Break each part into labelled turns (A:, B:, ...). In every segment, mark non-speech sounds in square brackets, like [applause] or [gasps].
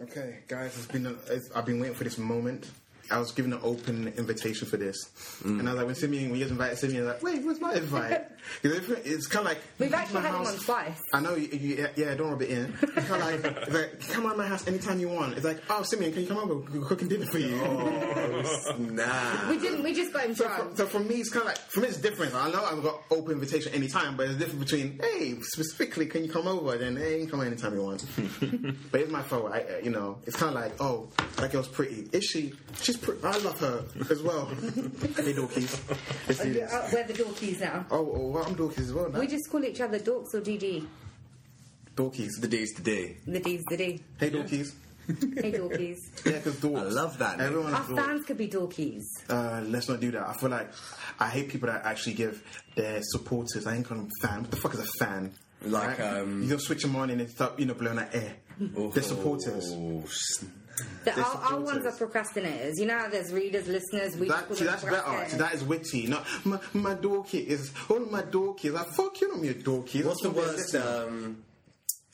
A: Okay, guys, it's been a, it's, I've been waiting for this moment. I was given an open invitation for this, and I was like, when Simeon, when you guys invited Simeon, I was like, wait, where's my invite? 'Cause if- it's kind of like
B: We've
A: come to
B: actually
A: my
B: had him
A: house-
B: on twice.
A: I know, you, you, yeah, don't rub it
B: [laughs]
A: in. It's kind of like, it's like, come on my house anytime you want. It's like, oh, Simeon, can you come over? We're cooking dinner for you. [laughs]
B: We didn't. We just got him
A: So for,
B: drunk.
A: so for me, it's kind of like for me, it's different. I know I've got open invitation anytime, but it's different between hey, specifically, can you come over? Then hey, you can come anytime you want. but it's my fault. I, uh, you know, it's kind of like oh, that girl's pretty. Is she? She's pretty. I love her as well. hey, dorkies. Let's do this.
B: Uh, we're the dorkies now.
A: Oh, oh, well, I'm dorkies as well now.
B: We just call each other dorks or DD.
A: dorkies.
C: The day's today.
B: The D's the D.
A: Hey, dorkies. [laughs]
B: Hey dorkies.
A: Yeah, because dorks.
C: I love that name.
A: Everyone's
B: Our
A: dorks.
B: fans could be dorkies.
A: uh, let's not do that. I feel like I hate people that actually give their supporters. I ain't calling them fan. What the fuck is a fan?
C: Like, um,
A: you just switch them on and they start, you know, blowing that air. They're supporters.
C: Oh, snap.
B: The, our, our
A: supporters.
B: ones are procrastinators. You know how there's readers, listeners. We
A: That,
B: just
A: see,
B: call
A: that's
B: them
A: better. See,
B: procrastinators.
A: that is witty. Not my, my dorky is all my dorky. Like fuck you, I'm your dorky.
C: What's the
A: That's what
C: worst?
A: they're-
C: Um,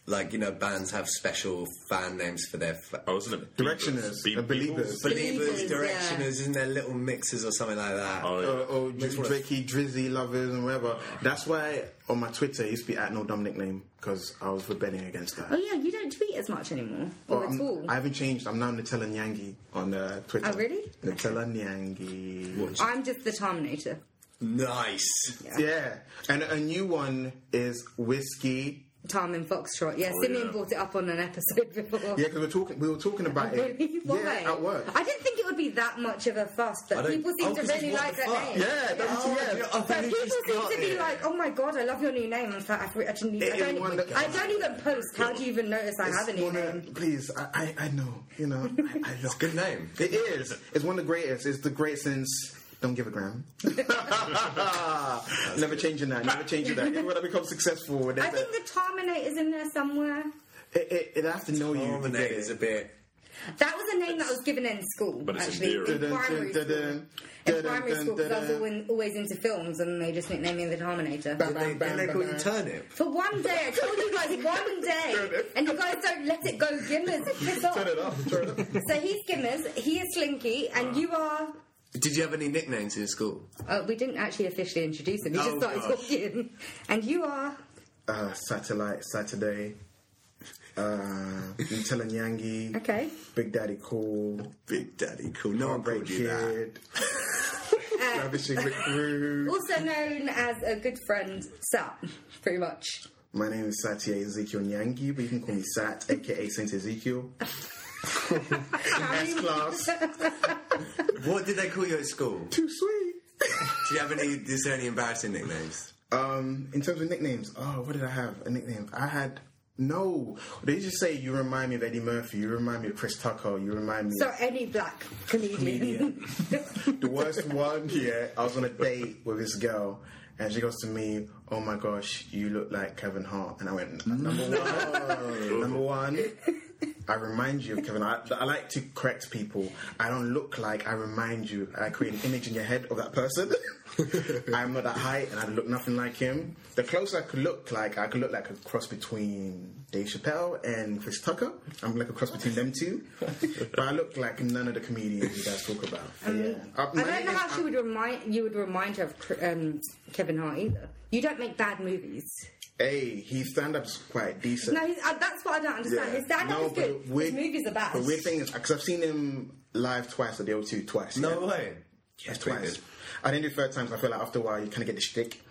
C: like you know, bands have special fan names for their fa-
D: Oh, isn't it?
A: Directioners,
D: Be-
A: uh, believers.
D: Be-
C: believers,
B: Believers,
C: directioners,
B: yeah.
C: isn't there little mixes or something like that?
D: Oh, yeah.
A: Uh, or
C: Just wanna-
A: Drakey, Drizzy lovers and whatever. That's why on my Twitter it used to be at no dumb nickname because I was rebelling against that.
B: Oh yeah, you don't tweet as much anymore or
A: Well,
B: at
A: I'm-
B: all.
A: I haven't changed. I'm now Nutella Nyangi on uh, Twitter.
B: Oh, really? [laughs]
A: Nutella Nyangi.
B: I'm just the Terminator.
C: Nice.
A: Yeah. And a new one is whiskey.
B: Tom and Foxtrot. Yeah,
D: Oh,
B: Simeon
D: yeah.
B: brought it up on an episode [laughs] before.
A: Yeah, because we're talking. We were talking about it.
B: Really? Why?
A: Yeah, at work.
B: I didn't think it would be that much of a fuss,
C: I
B: but
C: don't-
B: people seem
C: oh,
B: to
C: 'cause it's
B: really
C: what
B: like
C: the
B: that
C: fuck?
B: name.
A: yeah,
B: Oh,
A: WTF.
C: I've
B: But
C: only
B: people
C: just
B: seem
C: got
B: to be
C: it.
B: like, "Oh my god, I love your new name." I'm like, I re- I didn't even. I
A: It-
B: don't,
A: it
B: even
A: wondered-
B: I don't even post. How do you even notice I have a new
A: One of-
B: name?
A: Please, I, I, I know. You know, I,
B: [laughs]
A: I love
C: Good name.
A: It is. It's one of the greatest. It's the great since. Don't give a
B: [laughs]
A: gram. never changing that. Never changing that. Even when I become successful, there's
B: I think
A: that-
B: the Terminator's in there somewhere.
A: it, it, it have to know you.
C: Oh,
A: to
C: the
A: get
C: name
A: it.
C: is a bit.
B: That was a name that was given in school.
D: But it's
B: actually, in
D: endearing.
B: primary school. In primary school, because I was always, always into films, and they just nicknamed me the Terminator.
A: Bam,
C: They,
A: bam, bam,
C: they don't call you
A: bam.
C: turnip.
B: For one day, I told you guys one day, and you guys don't let it go. Gimmers, piss off.
A: Turn it off. Ah. Turn it off.
B: So he's Gimmers, he is Slinky, and you are.
C: Did you have any nicknames in school?
B: Oh, we didn't actually officially introduce him. He just
C: Oh,
B: started
C: gosh.
B: talking, and you are.
A: uh, Satellite Saturday. Uh, Nutella Nyangi.
B: Okay.
A: Big Daddy Cool.
C: Big Daddy, cool. No one
A: Heartbreak
C: called you that.
A: Kid. Ravishing McCrew.
B: Also known as a good friend, Sat, pretty much.
A: My name is Satya Ezekiel Nyangi, but you can call me Sat, aka Saint Ezekiel. S class.
C: What did they call you at school?
A: Too sweet.
C: Do you have any? Is there any embarrassing nicknames?
A: Um, in terms of nicknames, oh, what did I have? A nickname? I had. No, they just say you remind me of Eddie Murphy, you remind me of Chris Tucker, you remind me
B: So any black comedian. [laughs]
A: The worst one, yeah. I was on a date with this girl, and she goes to me, "Oh my gosh, you look like Kevin Hart," and I went, "Number one, number one." I remind you of Kevin. I, I like to correct people. I don't look like. I remind you. I create an image in your head of that person. [laughs] I'm not that height, and I look nothing like him. The closer I could look like, I could look like a cross between Dave Chappelle and Chris Tucker. I'm like a cross between them two, but I look like none of the comedians you guys talk about. But yeah. Uh,
B: Um,
A: my
B: I don't know
A: name
B: how
A: is-
B: she would remind you would remind her of Cr- um, Kevin Hart either. You don't make bad movies.
A: Hey, his stand up's quite decent.
B: No, he's, uh, that's what I don't understand. His stand up
A: No,
B: is good.
A: the weird-
B: His movies are bad.
A: The weird thing is, because I've seen him live twice at the O2, twice.
C: No
A: yeah.
C: way.
A: Yes,
C: pretty
A: twice.
C: good.
A: I didn't do third times. I feel like after a while you kind of get the shtick.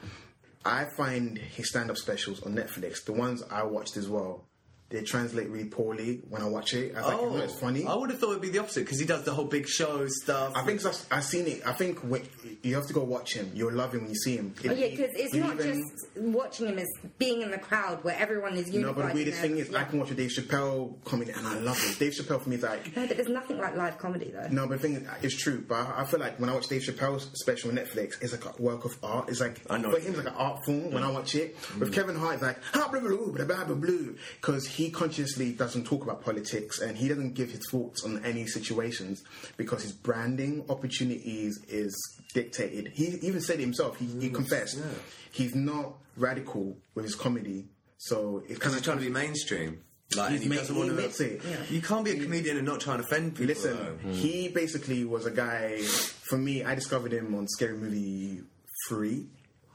A: I find his stand-up specials on Netflix, the ones I watched as well, they translate really poorly when I watch it. I was like, you
B: Oh,
A: know, it's funny.
C: Oh, I would have thought it'd be the opposite because he does the whole big show stuff.
A: I think I've, I've seen it. I think when, you have to go watch him. You'll love him when you see him.
B: Oh yeah, because it's
A: You
B: not
A: even-
B: just watching him; it's being in the crowd where everyone is unified.
A: No, but the
B: in
A: weirdest
B: their-
A: thing is, I can watch a Dave Chappelle comedy and I love it. Dave Chappelle for me is like,
B: No, but there's nothing like live comedy though.
A: No, but the thing is, it's true. But I, I feel like when I watch Dave Chappelle's special on Netflix, it's like a work of art. It's like
C: I know. Mm.
A: for him, it's like an art form. When I watch it with Kevin Hart, it's like ah, blah blah blah blah blah blah blue because he consciously doesn't talk about politics and he doesn't give his thoughts on any situations because his branding opportunities is dictated. He even said it himself. He,
C: Mm.
A: he confessed he's not radical with his comedy, so it's kind
C: Because
A: of
C: he's trying to be mainstream. Like, and
A: He's
C: he
A: made-
C: doesn't
A: he
C: want
A: admits
C: to.
A: it. Yeah.
C: You can't be a comedian and not try and offend people.
A: Listen,
C: though.
A: he basically was a guy. For me, I discovered him on Scary Movie Three.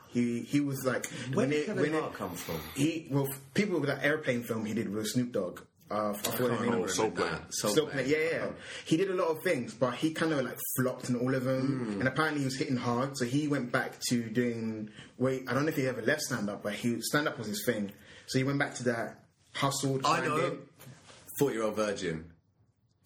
A: He he was like
C: where
A: when
C: did
A: it
C: Kevin
A: when
C: Hart
A: it,
C: come from?
A: he well f- people with that airplane film he did with Snoop Dogg. Uh, I forgot the name
D: remember.
A: of it.
D: Soul Plane.
C: Soul
A: Still
C: Plane.
A: playing, yeah, yeah. He did a lot of things, but he kind of like flopped in all of
C: Hmm.
A: them. And apparently he was hitting hard, so he went back to doing. Wait, I don't know if he ever left stand up, but he stand up was his thing. So he went back to that hustle.
C: I know.
A: grinding.
C: Forty-year-old virgin.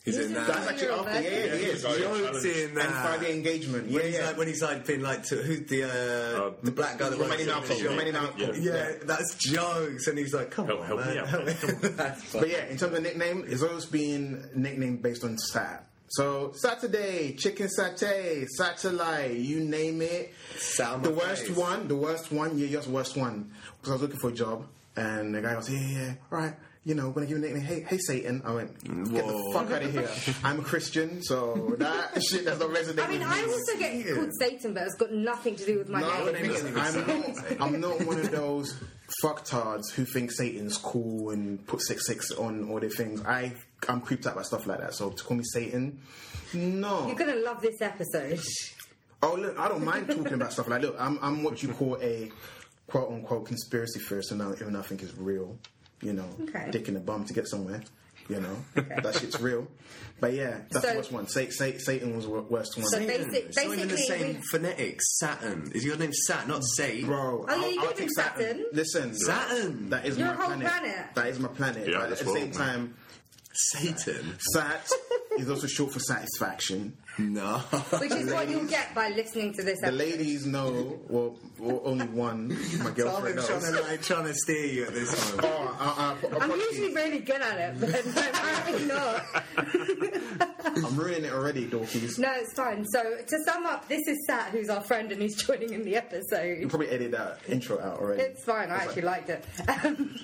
C: He's,
B: He's
C: in
B: in
C: that.
A: That's actually after, yeah, yeah, he is.
D: Yeah,
A: He always-
C: He's in
A: and
C: that.
A: Friday engagement, yeah,
C: Ah. when, he's
A: yeah.
C: like, when he's like been like to who the uh, the black guy that
A: Romanian
C: works at the
A: alcohol,
D: alcohol,
C: shop.
A: Romanian alcohol.
D: Yeah.
C: Yeah, that's jokes, and he's like, "Come
D: Help-
C: on,
D: help
C: man,
D: me out,
C: help me."
D: help
C: [laughs]
D: me.
C: That's fine.
A: But yeah, in terms of nickname, it's always been nicknamed based on sat. So Saturday, chicken satay, satellite, you name it.
C: Sound
A: the
C: my
A: worst
C: face.
A: one, the worst one, yeah, yours worst one. Because I was looking for a job, and the guy goes, yeah, yeah, yeah, all right. You know, when I give you a nickname, hey, hey, Satan. I went, get the
C: Whoa.
A: fuck out of here. I'm a Christian,
C: [laughs]
A: so that shit does not resonate.
B: I mean,
A: with
B: I
A: me.
B: also get called Satan, but it's got nothing to do with my
A: No, the
B: name.
A: thing is, I'm not, [laughs] I'm not one of those fucktards who think Satan's cool and put six six on all their things. I I'm creeped out by stuff like that. So to call me Satan, no.
B: You're gonna love this
A: [laughs]
B: episode.
A: Oh look, I don't mind talking about stuff like look. I'm I'm what you call a quote unquote conspiracy theorist, and I, even I think is real. You know,
B: Okay.
A: dick in the bum to get somewhere. You know, that shit's real. But yeah, that's
B: So-
A: the worst one. Sa- sa- Satan was the worst one.
B: So
C: Saturn.
B: basic-
C: It's not even the
B: basically
C: same
B: we-
C: phonetics. Saturn is your name Sat, not Sate.
A: Bro,
B: Oh, yeah,
A: I'll-
B: you
A: I'll
B: could've
A: take
B: been Saturn.
A: Listen,
C: Saturn.
A: That is
B: Your
A: my
B: whole
A: planet.
B: planet.
A: That is my planet.
D: Yeah,
A: but at
D: that's
A: the
D: what,
A: same
D: man.
A: time,
C: Satan.
A: sat is also short for satisfaction.
C: No.
B: which is what you'll get by listening to this
A: The
B: episode.
A: ladies know, well, well only
B: [laughs]
A: one, my
C: I've
A: girlfriend
C: been trying to,
A: knows.
C: like, trying to steer you at this one.
A: Oh, I, I, I,
B: I'm usually really good at it, but [laughs] apparently not.
A: I'm ruining it already, dorkies.
B: No, it's fine. So to sum up, this is Sat, who's our friend and who's [laughs] joining in the
A: You
B: episode.
A: probably edit that intro out already.
B: It's fine. I actually liked it. [laughs] Um,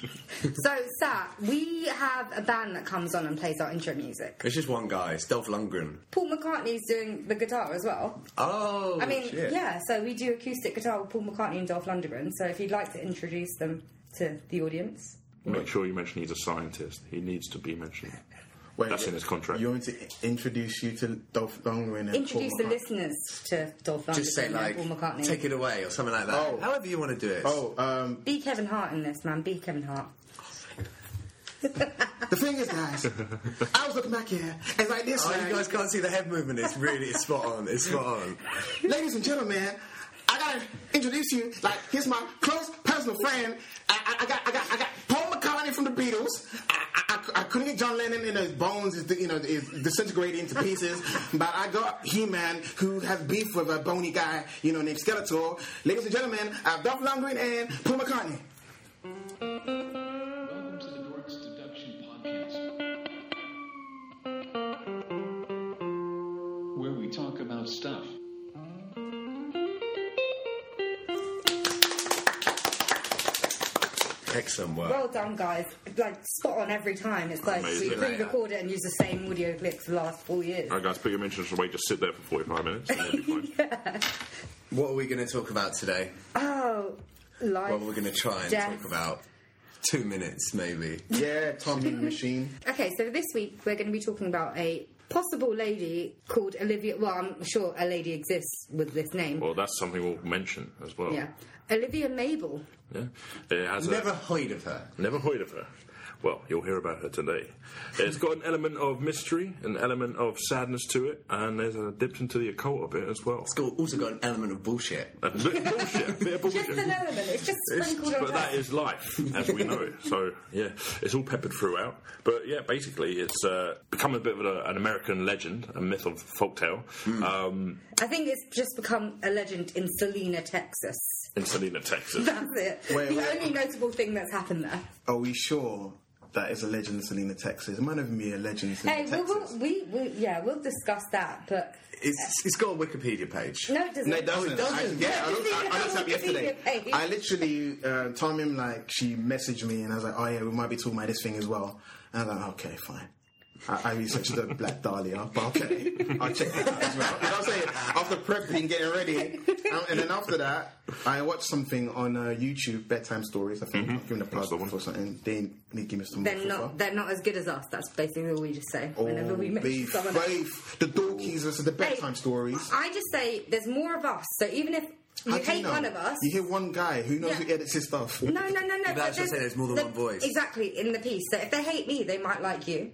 B: so Sat, we have a band that comes on and plays our intro music.
C: It's just one guy. It's Dolph Lundgren.
B: Paul McCartney's doing the guitar as well.
C: Oh,
B: I mean,
C: shit.
B: yeah. So we do acoustic guitar with Paul McCartney and Dolph Lundgren. So if you'd like to introduce them to the audience,
D: Make sure you mention he's a scientist. He needs to be mentioned.
A: Wait,
D: That's in his contract.
A: You want me to introduce you to Dolph Lundgren and
B: introduce
A: Paul
B: the
A: McCartney?
B: listeners to Dolph Lundgren
C: Just say
B: and
C: like,
B: Paul McCartney.
C: take it away or something like that.
A: Oh.
C: However you want to do it.
A: Oh, um,
B: Be Kevin Hart in this, man. Be Kevin Hart.
A: the thing is,
D: [laughs]
A: guys, I was looking back here, and like this,
C: Oh,
A: man,
C: you guys can't see the head movement. It's really it's spot on. It's spot on.
A: Ladies and gentlemen, I gotta introduce you. Like, here's my close personal friend. I, I, I got, I got, I got Paul McCartney from the Beatles. I, I, I, I couldn't get John Lennon, and his bones is, you know, is disintegrating into pieces. [laughs] but I got He-Man, who has beef with a bony guy, you know, named Skeletor. Ladies and gentlemen, I have Dolph Lundgren and Paul McCartney.
E: Welcome to the Dorks Deduction Podcast, where we talk about stuff.
C: Excellent work.
B: Well done, guys. Like, spot on every time. It's like
D: Amazing.
B: we pre record it and use the same audio clip for the last four years.
D: All right, guys, put your mentions away. Just sit there for 45 minutes. And you'll be fine.
B: [laughs]
C: what are we going to talk about today?
B: Oh, life.
C: What we're going to try and
B: Death.
C: talk about? Two minutes, maybe.
A: Yeah, Tommy Machine.
B: Okay, so this week we're going to be talking about a possible lady called Olivia. Well, I'm sure a lady exists with this name.
D: Well, that's something we'll mention as well.
B: yeah. Olivia Mabel.
D: Yeah. It has
C: Never
D: a,
C: heard of her.
D: never heard of her. Well, you'll hear about her today. It's got an element of mystery, an element of sadness to it, and there's a dips into the occult a bit as well.
C: It's got, also got an element of bullshit.
D: A bit of bullshit. a bit of
B: Just
D: bullshit.
B: an element. It's just
D: It's-
B: sprinkled on
D: but
B: top.
D: that is life as we know it. So yeah, it's all peppered throughout. But yeah, basically, it's uh, become a bit of a, an American legend, a myth of folktale um,
B: I think it's just become a legend in Salina, Texas. [laughs]
D: in Salina, Texas.
B: That's it.
A: Wait,
B: the
A: wait.
B: only notable thing that's happened there.
A: Are we sure that is a legend in Selena, Texas? It might not even be a legend in Selena,
B: Hey, we will, we, we, yeah, we'll discuss that, but
C: It's, it's got a Wikipedia page.
B: no, it doesn't.
A: No, it doesn't.
C: it doesn't.
A: I, yeah, I looked, I, I looked
B: [laughs]
A: up yesterday.
B: Hey.
A: I literally, uh, Tom him like she messaged me, and I was like, "Oh yeah, we might be talking about this thing as well." And I was like, "Okay, fine." I, I researched
B: [laughs]
A: the Black Dahlia, but okay, I'll check that out as well. 'Cause I was saying, after prepping, getting ready, um, and then after that, I watched something on uh, YouTube, bedtime stories. I
B: Mm-hmm.
A: think I've given a plug for something. They, they give me some.
B: They're
A: more
B: not.
A: flavor.
B: They're not as good as us. That's basically all we just say whenever
A: Oh,
B: we mention [laughs]
A: beef,
B: someone. else.
A: beef. The Dorkies versus the bedtime stories.
B: I just say there's more of us. So even if you
A: How do
B: hate
A: know?
B: one of us,
A: You hear one guy who knows
B: Yeah.
A: who edits his stuff.
B: no, no, no, no.
C: that's just saying there's more than one voice.
B: Exactly in the piece. So if they hate me, they might like you.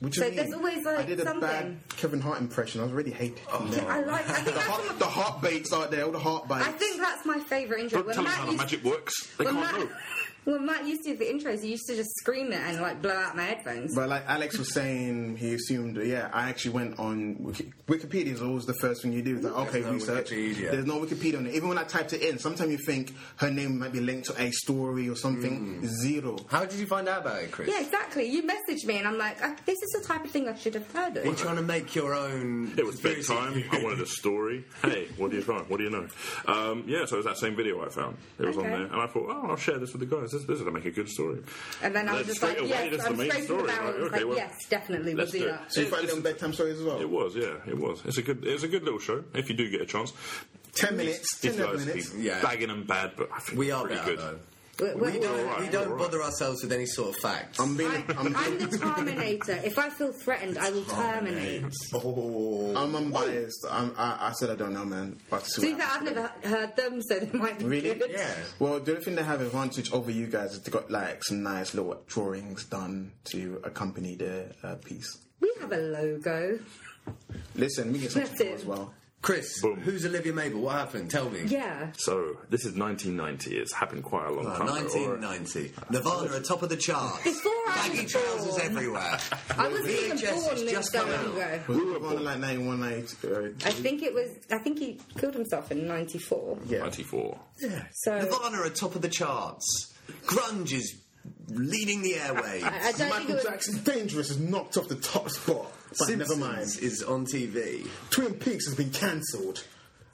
A: What do you
B: So
A: mean?
B: there's always, like,
A: I did a bad
B: something.
A: Kevin Hart impression. I was really hated.
C: Oh.
B: I like. I think
A: the,
B: that's
A: heart,
B: my-
A: the heart bites out there. All the heart bites.
B: I think that's my favourite intro.
D: Don't tell them how the
B: used-
D: magic works. They
B: when
D: can't
B: Matt-
D: know.
B: [laughs] when Matt used to do the intros, he used to just scream it and like blow out my headphones.
A: But like Alex was saying, he assumed. Yeah, I actually went on Wiki- Wikipedia. Is always the first thing you do. It's like, okay,
C: no
A: research.
C: Wikipedia.
A: There's no Wikipedia on it. Even when I typed it in, sometimes you think her name might be linked to a story or something.
D: Mm.
A: Zero.
C: How did you find out about it, Chris?
B: yeah, exactly. You messaged me and I'm like, "Uh, this is the type of thing I should have heard of.
C: You're trying to make your own.
D: It was
C: conspiracy
D: bedtime. I wanted a story. Hey, what do you find? What do you know? Um, yeah, so it was that same video I found. It was on
B: Okay.
D: there, and I thought, oh, I'll share this with the guys. This, this is going to make a good story.
B: And then I was
D: Then
B: just like,
D: straight away,
B: yes,
D: that's the
B: I'm
D: main
B: scraping the
D: story.
B: barrel.
D: Right,
B: It was
D: okay,
B: like,
D: well,
B: yes, definitely, we'll
D: let's
B: do,
D: do it.
B: that.
A: So you find them bedtime stories as well.
D: It was, yeah, it was. It's a good, it's a good little show if you do get a chance.
A: Ten minutes.
D: These
A: Ten
D: guys
A: minutes.
D: be
C: Yeah.
D: bagging and bad, but I think
C: We
D: they're
C: are
D: pretty
C: better,
D: good.
C: though.
B: We're-
C: We
B: we're-
C: don't, [laughs]
D: Alright,
C: we don't
D: alright.
C: bother ourselves with any sort of facts.
D: [laughs]
A: I'm being.
B: I,
A: I'm,
B: I'm the Terminator. If I feel threatened, I will terminate.
C: oh.
A: I'm unbiased. I'm, I, I said I don't know, man. But
B: To be fair, I've never heard them, so they might be
A: Really?
B: good.
C: Yeah.
A: Well, the only thing they have advantage over you guys is they got like some nice little drawings done to accompany the uh, piece.
B: We have a logo.
A: Listen, we get some
B: That's
A: support
B: it.
A: as well.
C: Chris,
D: Boom.
C: who's Olivia Mabel? What happened? Tell me.
B: Yeah.
D: So this is 1990. It's happened quite a long
C: Uh,
D: time. ago, alright.
C: 1990. Nirvana at top of the charts.
B: Before I
C: Baggy
B: was
C: trousers
B: born.
C: everywhere.
B: I wasn't even
C: VHS has
B: born this
C: just come
B: long
C: out.
B: ago.
A: We were on like uh, 91, 92.
B: I think it was. I think he killed himself in '94.
A: Yeah.
D: 94.
B: So
C: Nirvana at top of the charts. Grunge is leading the
B: [laughs]
C: airwaves.
B: I, I don't think it
A: Michael
B: was.
A: Jackson Dangerous is knocked off the top spot. But never
C: Simpsons
A: mind.
C: is on TV.
A: Twin Peaks has been cancelled.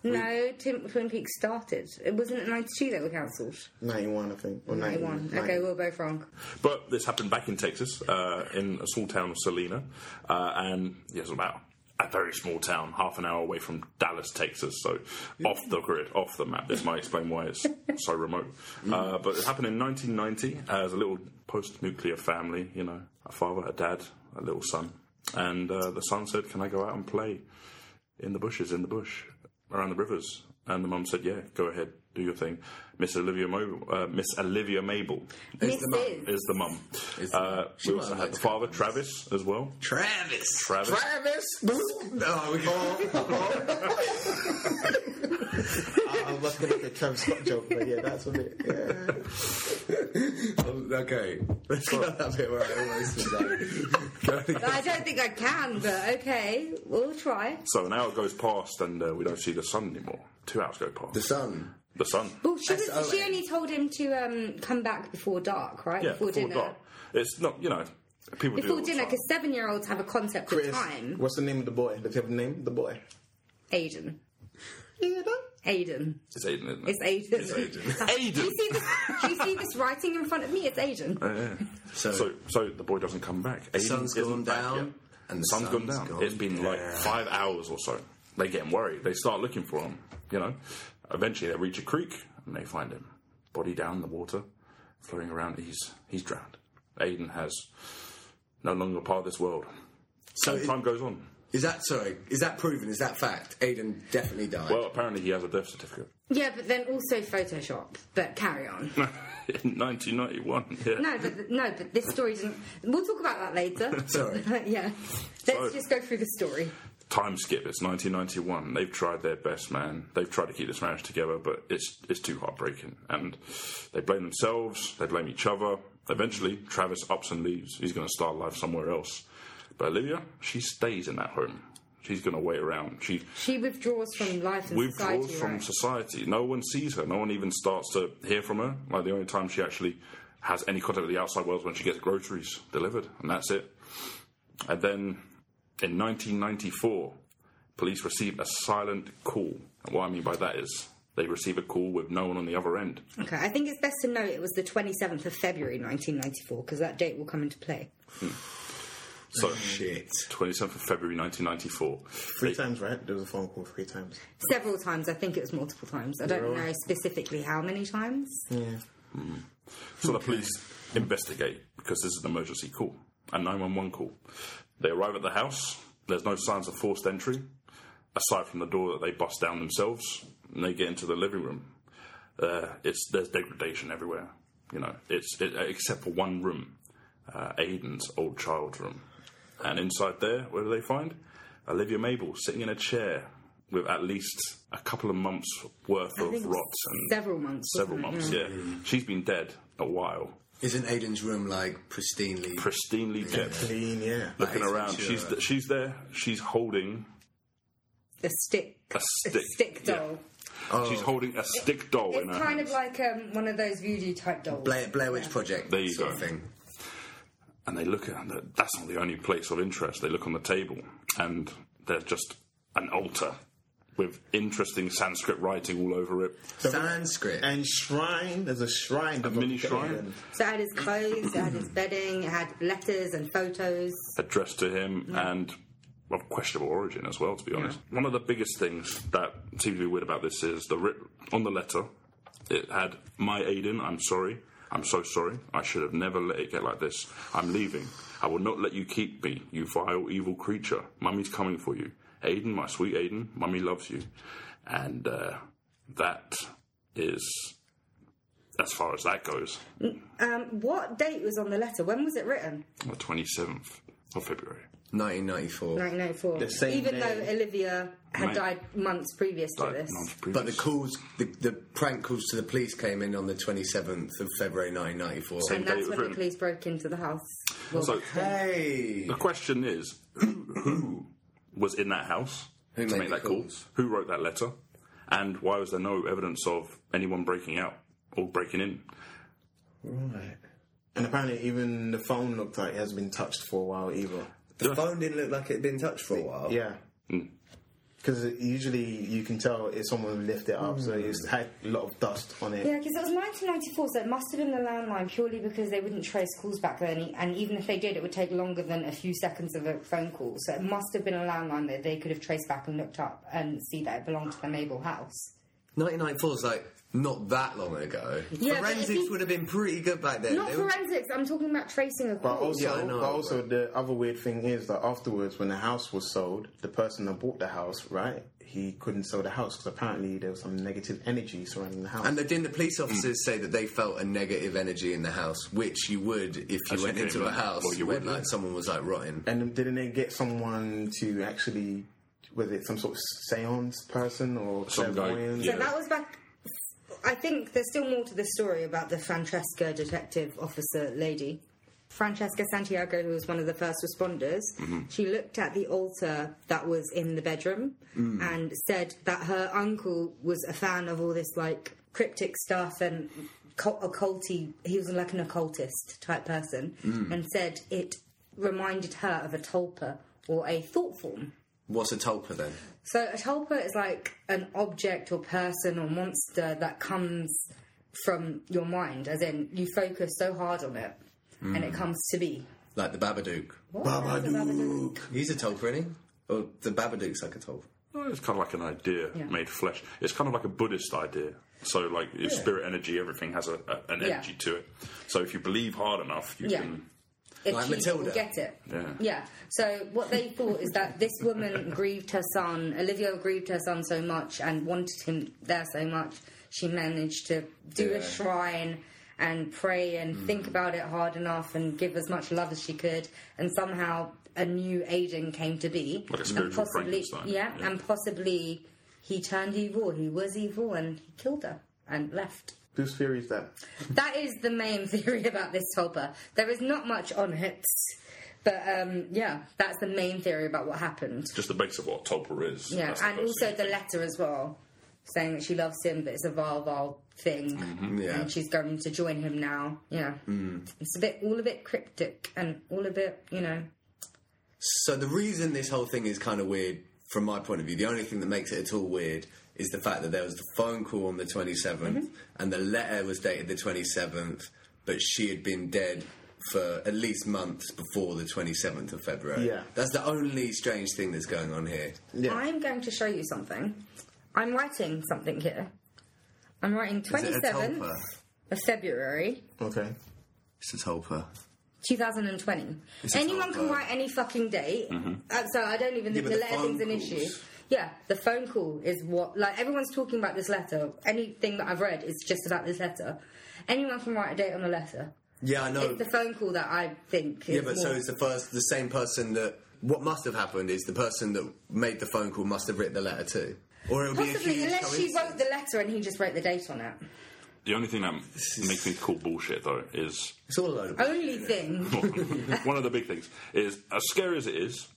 B: No, Tim, Twin Peaks started. It wasn't in '92 that were cancelled.
A: 91, I think. Or 91.
B: '91. Okay, we're both wrong.
D: But this happened back in Texas, uh, in a small town of Salina, uh, and yes, about a very small town, half an hour away from Dallas, Texas. So off the grid, off the map. This might explain why it's so remote. Uh, but it happened in 1990 as a little post-nuclear family. You know, a father, a dad, a little son, and uh, the son said, "Can I go out and play in the bushes, in the bush, around the rivers?" And the mum said, "Yeah, go ahead." Do your thing, Miss Olivia Mabel. Uh, Miss Olivia Mabel
B: Mrs.
D: is the mum.
C: Is the
D: Uh,
C: mum. She
D: we
C: might
D: also
C: have
D: had
C: liked
D: the father, Travis, as well.
C: Travis.
D: Travis.
A: Travis! Boo!
C: Oh, we [laughs]
A: I was going to make a Travis Scott joke, but yeah, that's what it. Yeah.
C: Oh, okay. [laughs] Let's go that bit where I always was like. Go on again.
B: I don't think I can, but okay, we'll try.
D: So an hour goes past and uh, we don't see the sun anymore. Two hours go past.
C: the sun.
D: The sun.
B: Well, she, was-
C: S.O.N..
B: she only told him to um, come back before dark, right?
D: Yeah,
B: before,
D: before
B: dinner.
D: dark. It's not, you know, people do it
B: Before
D: all the
B: dinner,
D: time.
B: because seven-year-olds have a concept
A: Chris,
B: of time.
A: what's the name of the boy? Does he have a name? The boy.
B: Aiden.
A: Yeah,
B: Aiden.
D: It's Aiden, isn't it?
B: It's Aiden.
D: It's Aiden.
B: [laughs] Do you see this? Do you see this writing in front of me? It's Aiden.
D: Uh.
C: So,
D: So, so the boy doesn't come back. The
C: sun's gone down,
D: and
C: and
D: the
C: the
D: sun's gone down.
C: sun's
D: it's been
C: gone
D: like
C: down.
D: five hours or so. They get worried. They start looking for him. You know, eventually they reach a creek and they find him, body down in the water, floating around. He's he's drowned. Aiden has no longer part of this world.
C: so
D: and
C: is,
D: time goes on.
C: is that sorry? Is that proven? Is that fact? Aiden definitely died.
D: Well, apparently he has a death certificate. [laughs]
B: Yeah, but then also Photoshop. But carry on.
D: In 1991. Yeah.
B: No, but th- no, but this story doesn't. We'll talk about that
D: [laughs]
B: later.
C: Sorry.
B: yeah, let's
D: Sorry.
B: just go through the story.
D: Time skip. It's 1991. They've tried their best, man. They've tried to keep this marriage together, but it's it's too heartbreaking. And they blame themselves. They blame each other. Eventually, Travis ups and leaves. He's going to start life somewhere else. But Olivia, she stays in that home. She's going to wait around. She
B: She withdraws from life and
D: withdraws
B: society.
D: from
B: right?
D: society. No one sees her. No one even starts to hear from her. Like the only time she actually has any contact with the outside world is when she gets groceries delivered, and that's it. And then in 1994, police receive a silent call. And what I mean by that is they receive a call with no one on the other end.
B: okay, I think it's best to note it was the 27th of February 1994 because that date will come into play.
D: So,
A: Shit.
D: 27th of February 1994.
A: Three times, right? There was a phone call three times.
B: Several times. I think it was multiple times. I don't know specifically how many times.
A: Yeah.
D: So the police investigate because this is an emergency call, a 911 call. They arrive at the house. There's no signs of forced entry, aside from the door that they bust down themselves, and they get into the living room. Uh, it's there's degradation everywhere, you know. It's it, except for one room, uh, Aiden's old child room, and inside there, what do they find? Olivia Mabel sitting in a chair with at least a couple of months worth of
B: think it was
D: rot and
B: several months, wasn't
D: Hmm. Several
B: it?
D: months, yeah.
B: Mm-hmm.
D: She's been dead a while,
C: Isn't Aiden's room like pristinely?
D: pristinely kept.
A: Clean, yeah. Like,
D: Looking
C: Nice,
D: around,
C: sure.
D: she's th- she's there. She's holding
B: A stick.
D: a stick.
B: stick
D: Yeah.
B: doll.
D: She's holding a stick doll in
B: It's
D: her
B: kind
D: hand.
B: of like um, one of those voodoo type dolls.
C: Blair, Blair Witch Project
D: There you
C: sort
D: go.
C: of thing.
D: and they look at her. and they're- That's not the only place of interest. They look on the table, and there's just an altar with interesting Sanskrit writing all over it.
C: Sanskrit.
A: and shrine. There's a shrine. A
D: mini shrine?
B: So it had his clothes, it had his bedding, it had letters and photos.
D: addressed to him and of questionable origin as well, to be honest. One of the biggest things that seems to be weird about this is the writ- on the letter, it had, My Aiden, I'm sorry. I'm so sorry. I should have never let it get like this. I'm leaving. I will not let you keep me, you vile, evil creature. Mummy's coming for you. Aiden, my sweet Aiden, Mummy loves you. And uh, that is as far as that goes.
B: Um, what date was on the letter? When was it written?
D: The 27th of February.
C: 1994.
B: 1994.
A: The same
B: oh Even
A: day.
B: though Olivia had
D: Mate.
B: died months previous to
D: Like,
B: this.
D: none of the
C: But the
D: previous-
C: calls, the, the prank calls to the police came in on the 27th of February 1994.
D: Same
B: And
D: day it
B: that's
D: was
B: when
D: written.
B: the police broke into the house. Well,
D: So-
C: Hey!
D: The question is, who, who was in that house
C: Who
D: to
C: made
D: make
C: the
D: that call?
C: calls?
D: Who wrote that letter? And why was there no evidence of anyone breaking out or breaking in?
A: Right. And apparently, even the phone looked like it has been touched for a while, either.
D: Yeah.
F: The phone didn't look like it had been touched for a while.
A: Yeah. Because usually you can tell if someone lifted it up, so it's had a lot of dust on it.
B: Yeah, because it was 1994, so it must have been the landline purely because they wouldn't trace calls back then, and even if they did, it would take longer than a few seconds of a phone call. So it must have been a landline that they could have traced back and looked up and see that it belonged to the Mabel house.
C: 1994 is like not that long ago.
B: Yeah, but if
F: Forensics
B: you-
F: would have been pretty good back then.
B: Not
F: They would-
B: forensics. I'm talking about tracing a call.
A: But also,
C: Yeah, I know,
A: but also the other weird thing is that afterwards, when the house was sold, the person that bought the house, right, he couldn't sell the house because apparently there was some negative energy surrounding the house.
C: And the, didn't the police officers say that they felt a negative energy in the house, which you would if you
D: As you
C: went
D: came
C: into a
D: in.
C: house
D: Well, you
C: when
D: would,
C: like
D: yeah.
C: someone was like rotting?
A: And didn't they get someone to actually, was it some sort of seance person or
D: Some guy,
A: clairvoyant?
D: yeah.
B: So that was back. I think there's still more to the story about the Francesca detective officer lady. Francesca Santiago, who was one of the first responders, she looked at the altar that was in the bedroom and said that her uncle was a fan of all this like cryptic stuff and cult- occulty. He was like an occultist type person, and said it reminded her of a tulpa or a thought form.
C: What's a tulpa then?
B: So a tulpa is like an object or person or monster that comes from your mind, as in you focus so hard on it and
C: Mm.
B: it comes to be.
C: Like the Babadook.
B: What? Babadook.
C: He's a tulpa, isn't he? Or the Babadook's like a tulpa.
D: Oh, It's kind of like an idea
B: Yeah.
D: made flesh. It's kind of like a Buddhist idea. So, like your spirit energy, everything has a, a, an
B: Yeah.
D: energy to it. So, if you believe hard enough, you
B: Yeah.
D: can.
B: If
C: Like
B: she
C: Matilda.
B: will get it.
D: Yeah.
B: So what they thought is that this woman grieved her son. Olivia grieved her son so much and wanted him there so much. She managed to do a
C: Yeah.
B: shrine and pray and
D: Hmm.
B: think about it hard enough and give as much love as she could. And somehow a new Aiden came to be.
D: Like a spiritual
B: and possibly,
D: Frankenstein.
B: Yeah,
D: Yeah.
B: And possibly he turned evil. He was evil and he killed her and left.
A: Whose theory is that?
B: That is the main [laughs] theory about this tulpa. There is not much on it, but um, yeah, that's the main theory about what happened.
D: Just the base of what Tolpa is.
B: Yeah,
D: That's the
B: and
D: first
B: also
D: thing.
B: the letter as well, saying that she loves him, but it's a vile, vile thing,
C: Mm-hmm, yeah. Mm.
B: and she's going to join him now. Yeah, it's a bit, all a bit cryptic, and all a bit, you know,
C: So the reason this whole thing is kind of weird, from my point of view, the only thing that makes it at all weird is the fact that there was the phone call on the
B: Mm-hmm.
C: 27th and the letter was dated the 27th, but she had been dead for at least months before the 27th of February.
A: Yeah.
C: That's the only strange thing that's going on here.
A: Yeah.
B: I'm going to show you something. I'm writing something here. I'm writing
C: Is it a
B: 27th
C: tulpa?
B: of February,
A: Okay.
C: It's a tulpa.
B: 2020.
C: a
B: Anyone can
C: tulpa.
B: write any fucking date. Uh, so I don't even think
C: Mm-hmm. but
B: the
C: the
B: letter thing's an
C: phone
B: issue.
C: calls.
B: Yeah, the phone call is what, like, everyone's talking about this letter. Anything that I've read is just about this letter. Anyone can write a date on a letter.
C: Yeah, I know.
B: It's the phone call that I think is.
C: Yeah, but so
B: more-
C: it's the first, the same person that. What must have happened is the person that made the phone call must have written the letter too, or it would be a
B: Possibly,
C: huge
B: unless she
C: coincidence.
B: wrote the letter and he just wrote the date on it.
D: The only thing that makes me call bullshit though is
C: It's all a load of
B: Only thing.
C: [laughs]
D: [laughs] one of the big things is as scary as it is.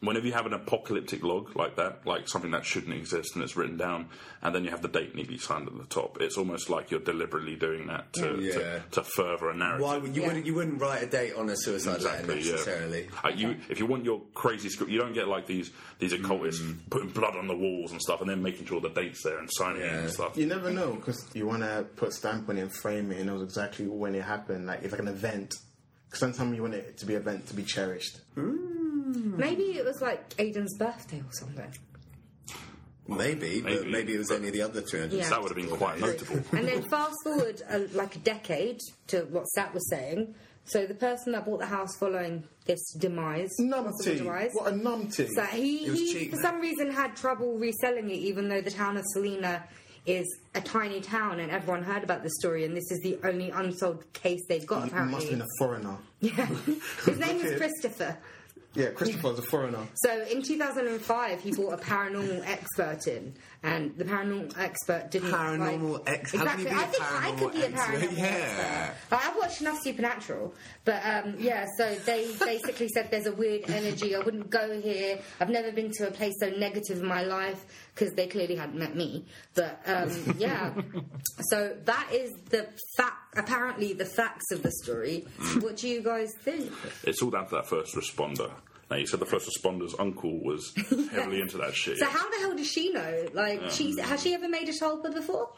D: Whenever you have an apocalyptic log like that, like something that shouldn't exist and it's written down, and then you have the date neatly signed at the top, it's almost like you're deliberately doing that to
C: Mm, Yeah.
D: to, to further a narrative.
C: Why would you
B: Yeah.
C: wouldn't you wouldn't write a date on a suicide
D: Exactly.
C: letter
D: Yeah.
C: necessarily?
D: Uh, you, if you want your crazy script, you don't get like these these occultists
C: Mm.
D: putting blood on the walls and stuff, and then making sure the date's there and signing it
C: Yeah.
D: and stuff.
A: You never know because you want to put stamp on it and frame it and know exactly when it happened. Like it's like an event. 'Cause sometimes you want it to be an event to be cherished.
B: Maybe it was like Aiden's birthday or something.
C: Maybe, but
D: Maybe,
C: maybe, it was
D: but-
C: only the other three hundred.
B: Yeah.
D: That would have been quite notable.
B: And then fast forward uh, like a decade to what Sat was saying. So the person that bought the house following this demise, possible
A: Numpty.
B: demise,
A: What a numpty.
B: that he,
C: It was
B: he
C: cheap,
B: for
C: man.
B: some reason had trouble reselling it, even though the town of Salina is a tiny town and everyone heard about this story. And this is the only unsold case they've got.
A: He must have
B: Apparently,
A: been a foreigner.
B: [laughs]
A: [laughs]
B: yeah. His name is Christopher.
A: Yeah, Christopher's a foreigner.
B: So in 2005, he bought a paranormal expert in, and the paranormal expert didn't.
C: Paranormal ex- how can
B: Exactly.
C: you be
B: I
C: a
B: think I could be a
C: paranormal
B: paranormal
C: expert? Yeah.
B: expert. Like, I've watched enough Supernatural, but um, yeah. So
C: [laughs]
B: they basically said there's a weird energy. I wouldn't go here. I've never been to a place so negative in my life because they clearly hadn't met me. But um, yeah. so that is the fact. Apparently, the facts of the story.
C: Mm.
B: What do you guys think?
D: It's all down to that first responder. Now you said the first responder's uncle
C: [laughs]
D: was heavily into that shit.
B: So how the hell does she know? Like, she's has she ever made a tulpa before?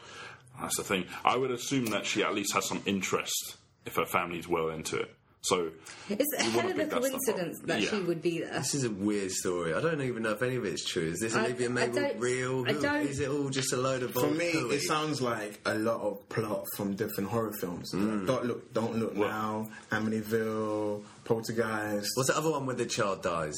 D: That's the thing. I would assume that she at least has some interest if her family's well into it. So
B: It's a
D: you
B: hell
D: wanna
B: of a
D: pick that stuff up.
B: coincidence that
D: Yeah.
B: she would be there.
C: This is a weird story. I don't even know if any of it's true. Is this
B: I- I
C: Olivia Mabel
B: don't-
C: real?
B: I
C: Who-
B: don't-
C: Is it all just a load of
A: For
C: old
A: me,
C: hooey?
A: it sounds like a lot of plot from different horror films.
C: Mm.
A: Don't look, don't look now. Amityville, Poltergeist,
C: What's the other one where the child dies?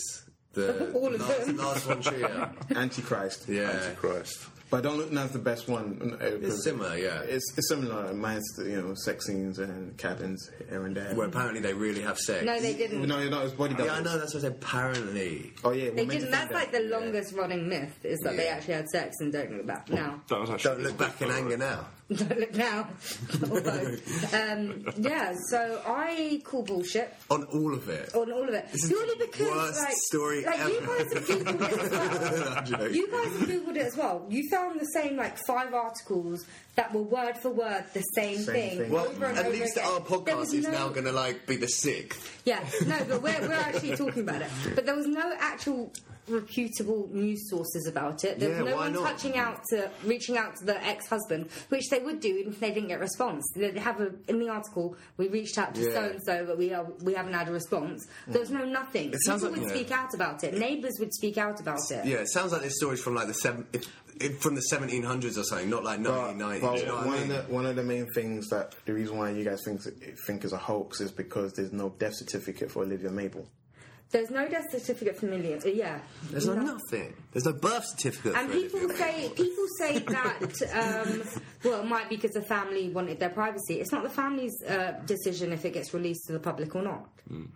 C: The
B: [laughs] All of
C: last,
B: them.
C: last one trio.
B: [laughs]
A: Antichrist.
C: yeah.
D: Christ.
A: but don't look now's the best one. uh, 'cause
C: It's similar, yeah.
A: It's, it's similar. Mine's you know sex scenes and cabins here and there.
C: Where apparently they really have sex.
B: No, they didn't.
A: no, you're not. It's body doubles.
C: yeah, I know. That's what I said. Apparently.
A: Oh yeah,
B: they didn't. That's like the longest running myth is that they
C: Yeah.
B: actually had sex and don't look back now.
D: [laughs] That was actually
C: Don't look back in anger now.
B: don't look now. [laughs] Although,
D: [laughs]
B: um, yeah. So I call bullshit
C: On all of it.
B: on all of it
C: is
B: purely
C: the
B: because
C: worst
B: like,
C: story
B: like you
C: ever.
B: guys have googled it as well.
C: [laughs] I'm joking.
B: You guys have googled it as well. You found the same like five articles that were word for word the same, thing.
A: thing.
C: well,
B: over and
C: at
B: over
C: least
B: again.
C: our
B: There was
C: podcast is
B: no-
C: now going to like be the sixth.
B: Yeah, no, but we're, we're actually talking about it. But there was no actual reputable news sources about it. There
C: Yeah,
B: was no
C: why
B: one
C: not?
B: touching out to reaching out to the ex-husband, which they would do even if they didn't get a response. They have a, in the article we reached out to
C: Yeah. Mm.
B: so and so, but we are, we haven't had a response. There was no nothing. People
C: sounds like-
B: would
C: yeah.
B: speak out about it. Neighbours would speak out about it.
C: Yeah, it sounds like this story's from like the seven, it, it, from the 1700s or something, not like
A: But,
C: 1990s.
A: but
C: you know what
A: one,
C: I
A: of
C: mean?
A: the, one of the main things that the reason why you guys think think is a hoax is because there's no death certificate for Olivia Mabel.
B: There's no death certificate for million. uh, yeah,
C: There's no nothing. There's no birth certificate.
B: And
C: for it, if
B: people
C: you-
B: say people say that um, well, it might be because the family wanted their privacy. It's not the family's uh, decision if it gets released to the public or not.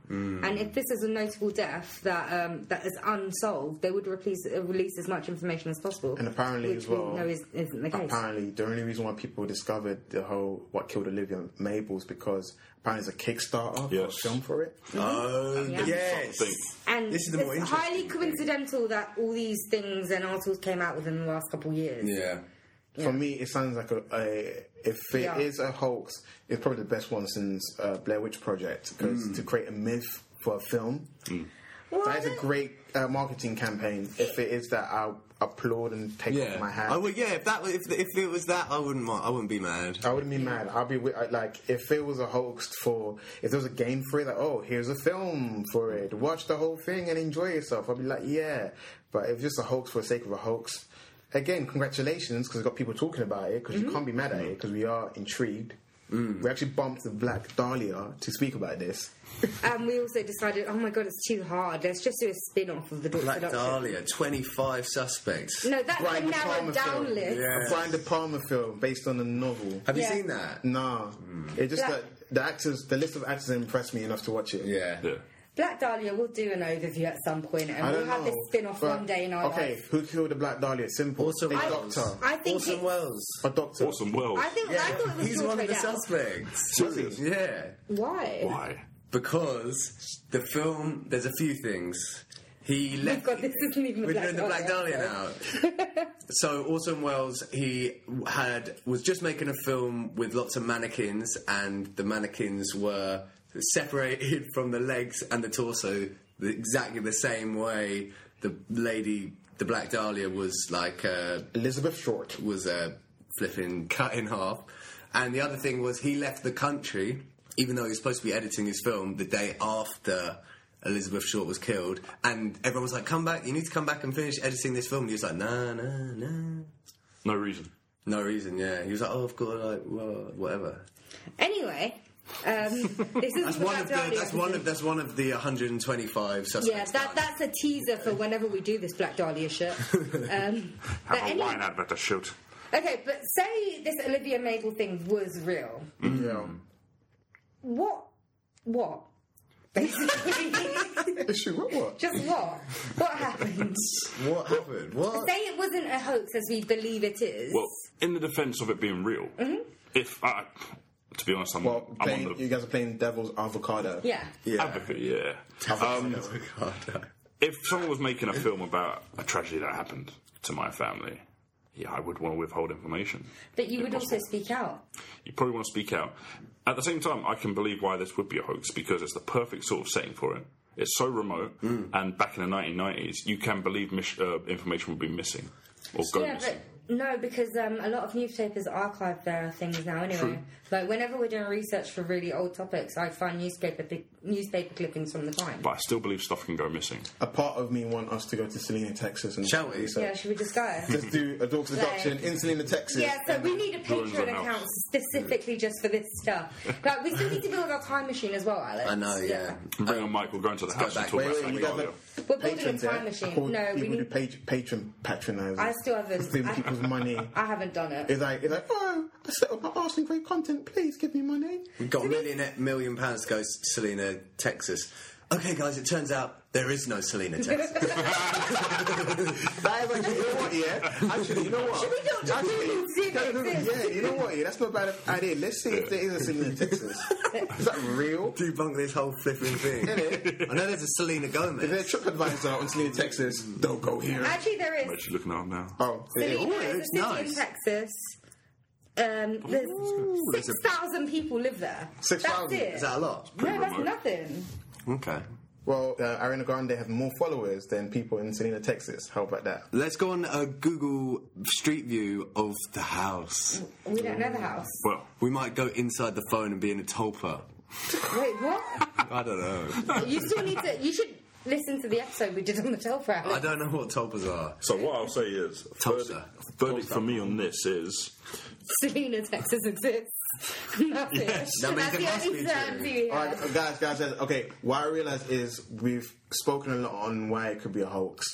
B: And if this is a notable death that um, that is unsolved, they would release uh, release as much information as possible.
A: And apparently
B: which
A: as well-
B: we know is, isn't the case.
A: Apparently, the only reason why people discovered the whole what killed Olivia Mabel is because apparently there's a Kickstarter for a
D: Yes.
A: film for it.
C: Oh,
B: Yeah.
C: yes.
D: Thing.
B: And
C: This is the more
B: it's
C: interesting
B: highly
C: thing.
B: coincidental that all these things and articles came out within the last couple of years.
C: Yeah.
A: For me, it sounds like a, a if it is
B: Yeah.
A: a hoax, it's
C: Mm.
A: probably the best one since uh, Blair Witch Project because to create a myth for a film. That is a great uh, marketing campaign. If it is that, I'll applaud and take
C: Yeah,
A: off my hat.
C: I would. Yeah, if that was- if if it was that, I wouldn't mind. I wouldn't be mad.
A: I wouldn't be mad. I'd be wi- I- like, if it was a hoax for, if there was a game for it, like, oh, here's a film for it, watch the whole thing and enjoy yourself. I'd be like, yeah. But if it's just a hoax for the sake of a hoax, again, congratulations because got people talking about it because you can't be mad at it because we are intrigued. We actually bumped the Black Dahlia to speak about this.
B: And we also decided, oh my god, it's too hard. Let's just do a spin off of the Dork
C: Black
B: production.
C: Dahlia, twenty five suspects.
B: No, that's
A: Brian
B: a
A: De
B: narrow
A: Palma
B: down
A: film.
B: list.
A: A Brian De Palma film based on a novel.
C: Have you
B: Yeah.
C: seen that?
A: Nah, it just
B: Black-
A: that the actors, the list of actors impressed me enough to watch it.
C: Yeah.
D: Yeah.
B: Black Dahlia, we'll do an overview at some point, and
A: I
B: we'll
A: don't
B: have
A: know.
B: this spin off
A: but-
B: one day in our
A: Okay,
B: life.
A: who killed the Black Dahlia? It's Simple.
C: Orson
A: a
C: Welles.
A: doctor.
B: I think
C: Orson
B: it-
C: Welles.
A: a doctor.
D: Awesome world.
B: I think I thought it was
C: He's
B: George
C: one of the
B: Weah.
C: suspects.
D: Serious?
C: Yeah.
B: Why?
D: Why?
C: Because the film, there's a few things. He left.
B: God, this isn't even the
C: We're
B: Black
C: doing the Black Dahlia now.
B: [laughs]
C: so Orson Welles, he had was just making a film with lots of mannequins, and the mannequins were separated [laughs] from the legs and the torso the, exactly the same way the lady, the Black Dahlia, was like. Uh,
A: Elizabeth Short.
C: was uh, flipping [laughs] cut in half. And the other thing was he left the country, even though he was supposed to be editing his film the day after Elizabeth Short was killed. And everyone was like, "Come back! You need to come back and finish editing this film." And he was like, "Nah, nah, nah."
D: No reason.
C: No reason, yeah. He was like, "Oh, I've got like well, whatever."
B: Anyway,
C: [laughs]
B: um, this is
C: That's one of the. That's one of. That's one of the 125
B: Yeah,
C: suspects.
B: that, that's a teaser for whenever we do this Black Dahlia shit.
C: [laughs]
B: Um, but
D: Have a
B: any-
D: wine advert to shoot.
B: okay, but say this Olivia Madel thing was real.
D: Mm.
A: Yeah.
B: What? What? [laughs] Basically,
A: Is [laughs] she what? what?
B: just what? What
C: [laughs]
B: happened?
C: What happened? What?
B: Say it wasn't a hoax as we believe it is.
D: Well, in the defence of it being real,
B: Mm-hmm.
D: if I, to be honest, I'm,
A: Well,
D: I'm
A: playing,
D: on the
A: you guys are playing Devil's Avocado.
B: yeah.
C: Yeah.
D: advocate. Yeah.
C: Um,
D: If someone was making a film about a tragedy that happened to my family, yeah, I would want to withhold information.
B: But you would also
D: Impossible.
B: speak out.
D: you probably want to speak out. At the same time, I can believe why this would be a hoax because it's the perfect sort of setting for it. It's so remote, and back in the 1990s, you can believe mis- uh, information would be missing or go
B: Yeah,
D: missing.
B: but no, because um, a lot of newspapers archive their things now anyway. Like whenever we're doing research for really old topics, I find newspaper newspaper clippings from the time.
D: But I still believe stuff can go missing.
A: [laughs] A part of me want us to go to Selena, Texas, and
C: Shall we?
D: uh,
A: research.
B: Yeah, should we
D: [laughs]
B: just go?
A: Let's do a dog seduction in Selena, Texas.
B: Yeah, so we need a
D: Drawings
B: Patreon
D: on house.
B: account specifically just for this
D: [laughs]
B: stuff. Like, we still need to build our time machine as well, Alex.
C: I know. Yeah.
D: Bring on Michael, go into the house and
C: back.
D: talk
A: Wait,
D: about
A: wait, you guys
D: Sangalia.
A: are
B: We're building a
A: patrons,
B: time
A: yeah?
B: machine.
A: Called
B: No, we
A: people
B: need-
A: do patron, patron patronize.
B: I still haven't-
A: Stealing
B: I-
A: people's money.
B: [laughs] I haven't done it.
A: It's like, it's like, oh, I set up my arsenal great content. Please give me money.
C: We've got a million, million pounds to go to Selena, Texas. Okay, guys, it turns out there is no Selena, Texas.
A: That is actually, you know what, yeah? Actually, you know what?
B: Should we do it?
A: Actually,
B: Does it exist?
A: Yeah, you know what, yeah? That's not a bad idea. Let's see if there is a Selena Texas. Is that real?
C: Debunk this whole flipping thing. I know there's a Selena
A: Is there a
C: Gomez.
A: TripAdvisor on Selena Texas? Don't go here.
B: [laughs] Actually, there
D: I'm
B: is.
D: actually looking up now.
A: Oh, it is.
B: Believe
C: Ooh,
B: it,
C: it
B: it's a
C: looks
B: city
C: nice.
B: in Texas. Um,
C: Ooh,
B: there's
C: there's a-
B: 6,000 people live there.
A: 6,000?
B: That's it.
C: Is that a lot?
B: No, that's
D: remote.
B: nothing.
C: Okay.
A: Well, uh, Ariana Grande have more followers than people in Selena, Texas. How about that?
C: Let's go on a Google Street View of the house.
B: We don't know the
C: [laughs]
B: house.
D: Well,
C: We might go inside the phone and be in a tulpa.
B: Wait, what?
C: I don't know.
B: you still need to. You should listen to the episode we did on the Telfra.
C: I don't know what tulpas are.
D: so what I'll say is,
C: Tulsa.
D: verdict, verdict for me on this is
B: Selena, Texas exists. [laughs] Nothing.
C: that means
B: That's
C: it must
B: the only
C: be true.
B: certainty we
A: All
B: have.
A: right, guys, guys, guys. Okay, what I realize is we've spoken a lot on why it could be a hoax.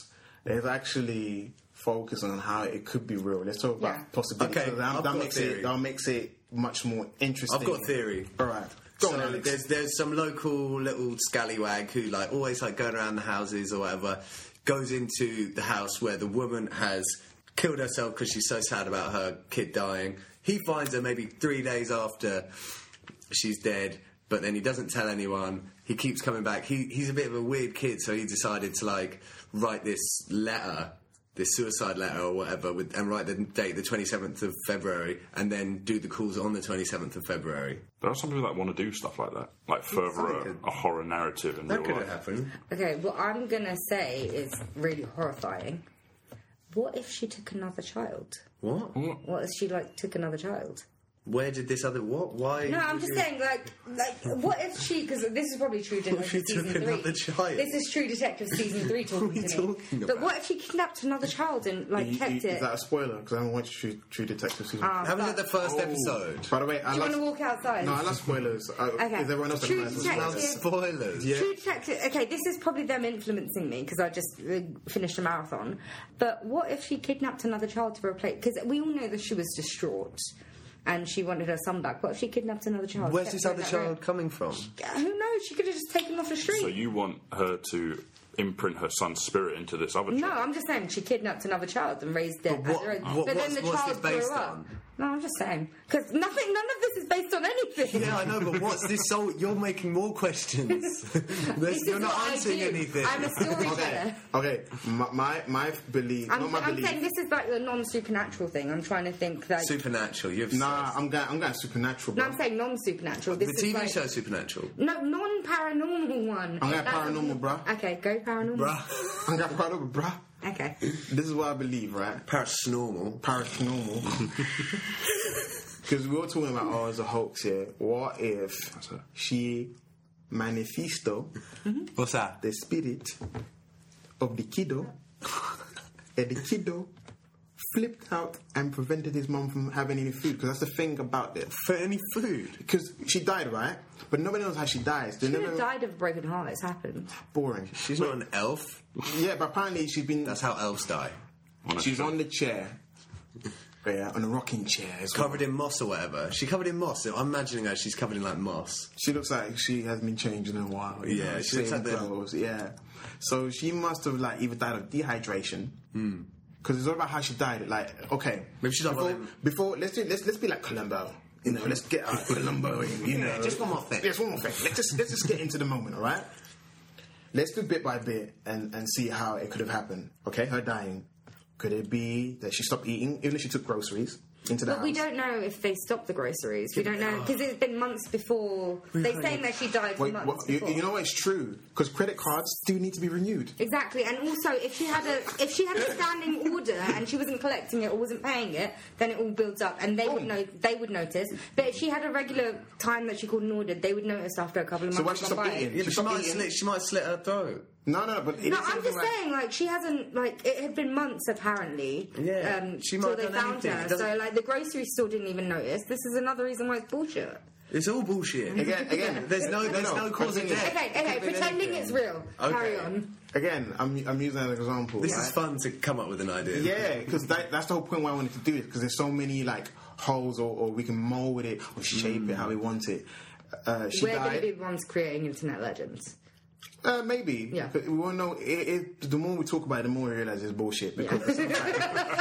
A: Let's actually focus on how it could be real. Let's talk about
B: Yeah.
A: possibilities.
C: Okay,
A: So that,
C: I've
A: that
C: got a
A: makes
C: theory.
A: it that makes it much more interesting.
C: I've got a theory.
A: All right, go on,
C: So
A: Alex.
C: there's there's some local little scallywag who like always like going around the houses or whatever, goes into the house where the woman has killed herself because she's so sad about her kid dying. He finds her maybe three days after she's dead, but then he doesn't tell anyone. He keeps coming back. He he's a bit of a weird kid, so he decided to like write this letter this suicide letter or whatever, with, and write the date, the 27th of February, and then do the calls on the 27th of February.
D: There are some people that want to do stuff like that, like further a, a horror narrative in
C: That
D: real
C: could have
D: life.
C: happened.
B: Okay, what I'm gonna say is really horrifying. What if she took another child?
C: What?
B: What if she like took another child?
C: Where did this other what? Why?
B: No, I'm just saying, like, like, what if she? Because this is probably true
C: What
B: detective
C: if she took
B: season three.
C: another child?
B: This is true detective season three talking
C: [laughs] What are you
B: to me.
C: talking
B: But
C: about?
B: what if she kidnapped another child and like
A: You-
B: kept
A: you-
B: it? Ah.
A: Is that a spoiler? Because I haven't watched True, True Detective season.
C: Have a look at the first episode.
A: By the way, I
B: Do you want
A: love.
B: to walk outside?
A: No, I love spoilers. I,
B: Okay.
A: Is everyone else that
B: True
A: can answer
B: Detective.
A: spoilers?
C: Spoilers. Yeah.
B: True detective. Okay, this is probably them influencing me because I just uh, finished a marathon. But what if she kidnapped another child to replace? Because we all know that she was distraught and she wanted her son back. What if she kidnapped another child?
C: Where's
B: kept
C: this
B: her in
C: other
B: that
C: child coming from?
B: room? Who knows? She could have just taken him off the street.
D: So you want her to imprint her son's spirit into this other
B: no,
D: child?
B: I'm just saying she kidnapped another child and raised it.
C: But what-
B: as her own.
C: what-
B: but
C: what's-
B: then the
C: what's
B: child
C: it based
B: grew up.
C: on?
B: No, I'm just saying because nothing. None of this is based on anything.
C: Yeah, I know, but what's this? So you're making more questions.
B: This
C: [laughs] This-
B: is
C: you're not
B: what I
C: answering
B: do.
C: anything.
B: I'm a storyteller.
A: Okay, my my, my belief,
B: I'm,
A: not my
B: I'm
A: belief.
B: saying this is like a non-supernatural thing. I'm trying to think like
C: Supernatural. You've
A: nah, I'm going. I'm going supernatural.
B: no,
A: Bro.
B: I'm saying non-supernatural.
C: the
B: This is
C: TV
B: like,
C: show Oh, Supernatural.
B: No, non-paranormal one.
A: I'm going
B: That's-
A: paranormal, bruh.
B: Okay, go paranormal.
A: [laughs]
C: Bruh.
A: I'm going paranormal, bruh.
C: [laughs]
B: Okay.
A: This is what I believe, right?
C: Paranormal. [laughs]
A: Paranormal. Because we were talking about oh, it's a hoax here. What if
D: it.
A: she manifesto
C: What's that?
A: the spirit of the kiddo, and the kiddo flipped out and prevented his mom from having any food? Because that's the thing about it.
C: For any food?
A: Because she died, right? But nobody knows how she dies. They
B: She would have
A: never
B: died of a broken heart. It's happened.
A: boring.
C: She's not an elf.
A: Yeah, but apparently she's been.
C: That's how elves die.
A: she's on the chair. Yeah, on a rocking chair. as well.
C: Covered in moss or whatever. She covered in moss. I'm imagining her. She's covered in like moss.
A: She looks like she has been changed in a while. you
C: Yeah,
A: know,
C: she looks
A: same
C: like the-
A: clothes. Yeah, so she must have like either died of dehydration. Because it's all about how she died. Like, okay,
C: Hmm. Maybe she's like one
A: before,
C: of them-
A: before let's do let's let's be like Columbo. You know, let's get out of Columbo. You know,
C: Yeah, just one more thing.
A: Yes, one more thing. Let's just let's just get into the moment. All right. Let's do bit by bit and and see how it could have happened. Okay, her dying. Could it be that she stopped eating, even if she took groceries into the
B: But
A: house?
B: we don't know if they stopped the groceries. We don't know because it's been months before. They're saying that she died
A: Wait,
B: months
A: what, you,
B: before.
A: you know what? It's true because credit cards do need to be renewed.
B: Exactly, and also if she had a if she had a standing order and she wasn't collecting it or wasn't paying it, then it all builds up, and they
A: Oh.
B: would know they would notice. But if she had a regular time that she called and ordered, they would notice after a couple of months.
A: So why
B: had
A: she
B: gone
A: stopped
B: by.
A: eating? She
C: Yeah, but she
A: stopped
C: might,
A: eating.
C: slit, she might slit her throat.
A: No, no, but it
B: No,
A: is
B: I'm just
A: something like-
B: saying, like she hasn't, like it had been months apparently.
C: Yeah,
B: um,
C: she might
B: till they
C: have done
B: found
C: anything. It
B: her.
C: doesn't-
B: So like the grocery store didn't even notice. This is another reason why it's bullshit.
C: It's all
B: [laughs]
C: bullshit.
A: Again, again,
C: There's no, there's
A: no,
C: no, cause of
A: continue.
C: death.
B: Okay,
C: It
B: okay,
C: could've been
B: pretending
C: anything.
B: it's real.
C: Okay.
B: Carry on.
A: Again, I'm I'm using that as an example.
C: This
A: right?
C: is fun to come up with an idea.
A: Yeah, because that, that's the whole point why I wanted to do it. Because there's so many like holes, or, or we can mold it or shape it how we want it. Uh, she
B: We're going to
A: died.
B: be the ones creating internet legends.
A: Uh, maybe.
B: Yeah.
A: But we won't know. It, it, the more we talk about it, the more we realize it's bullshit. Because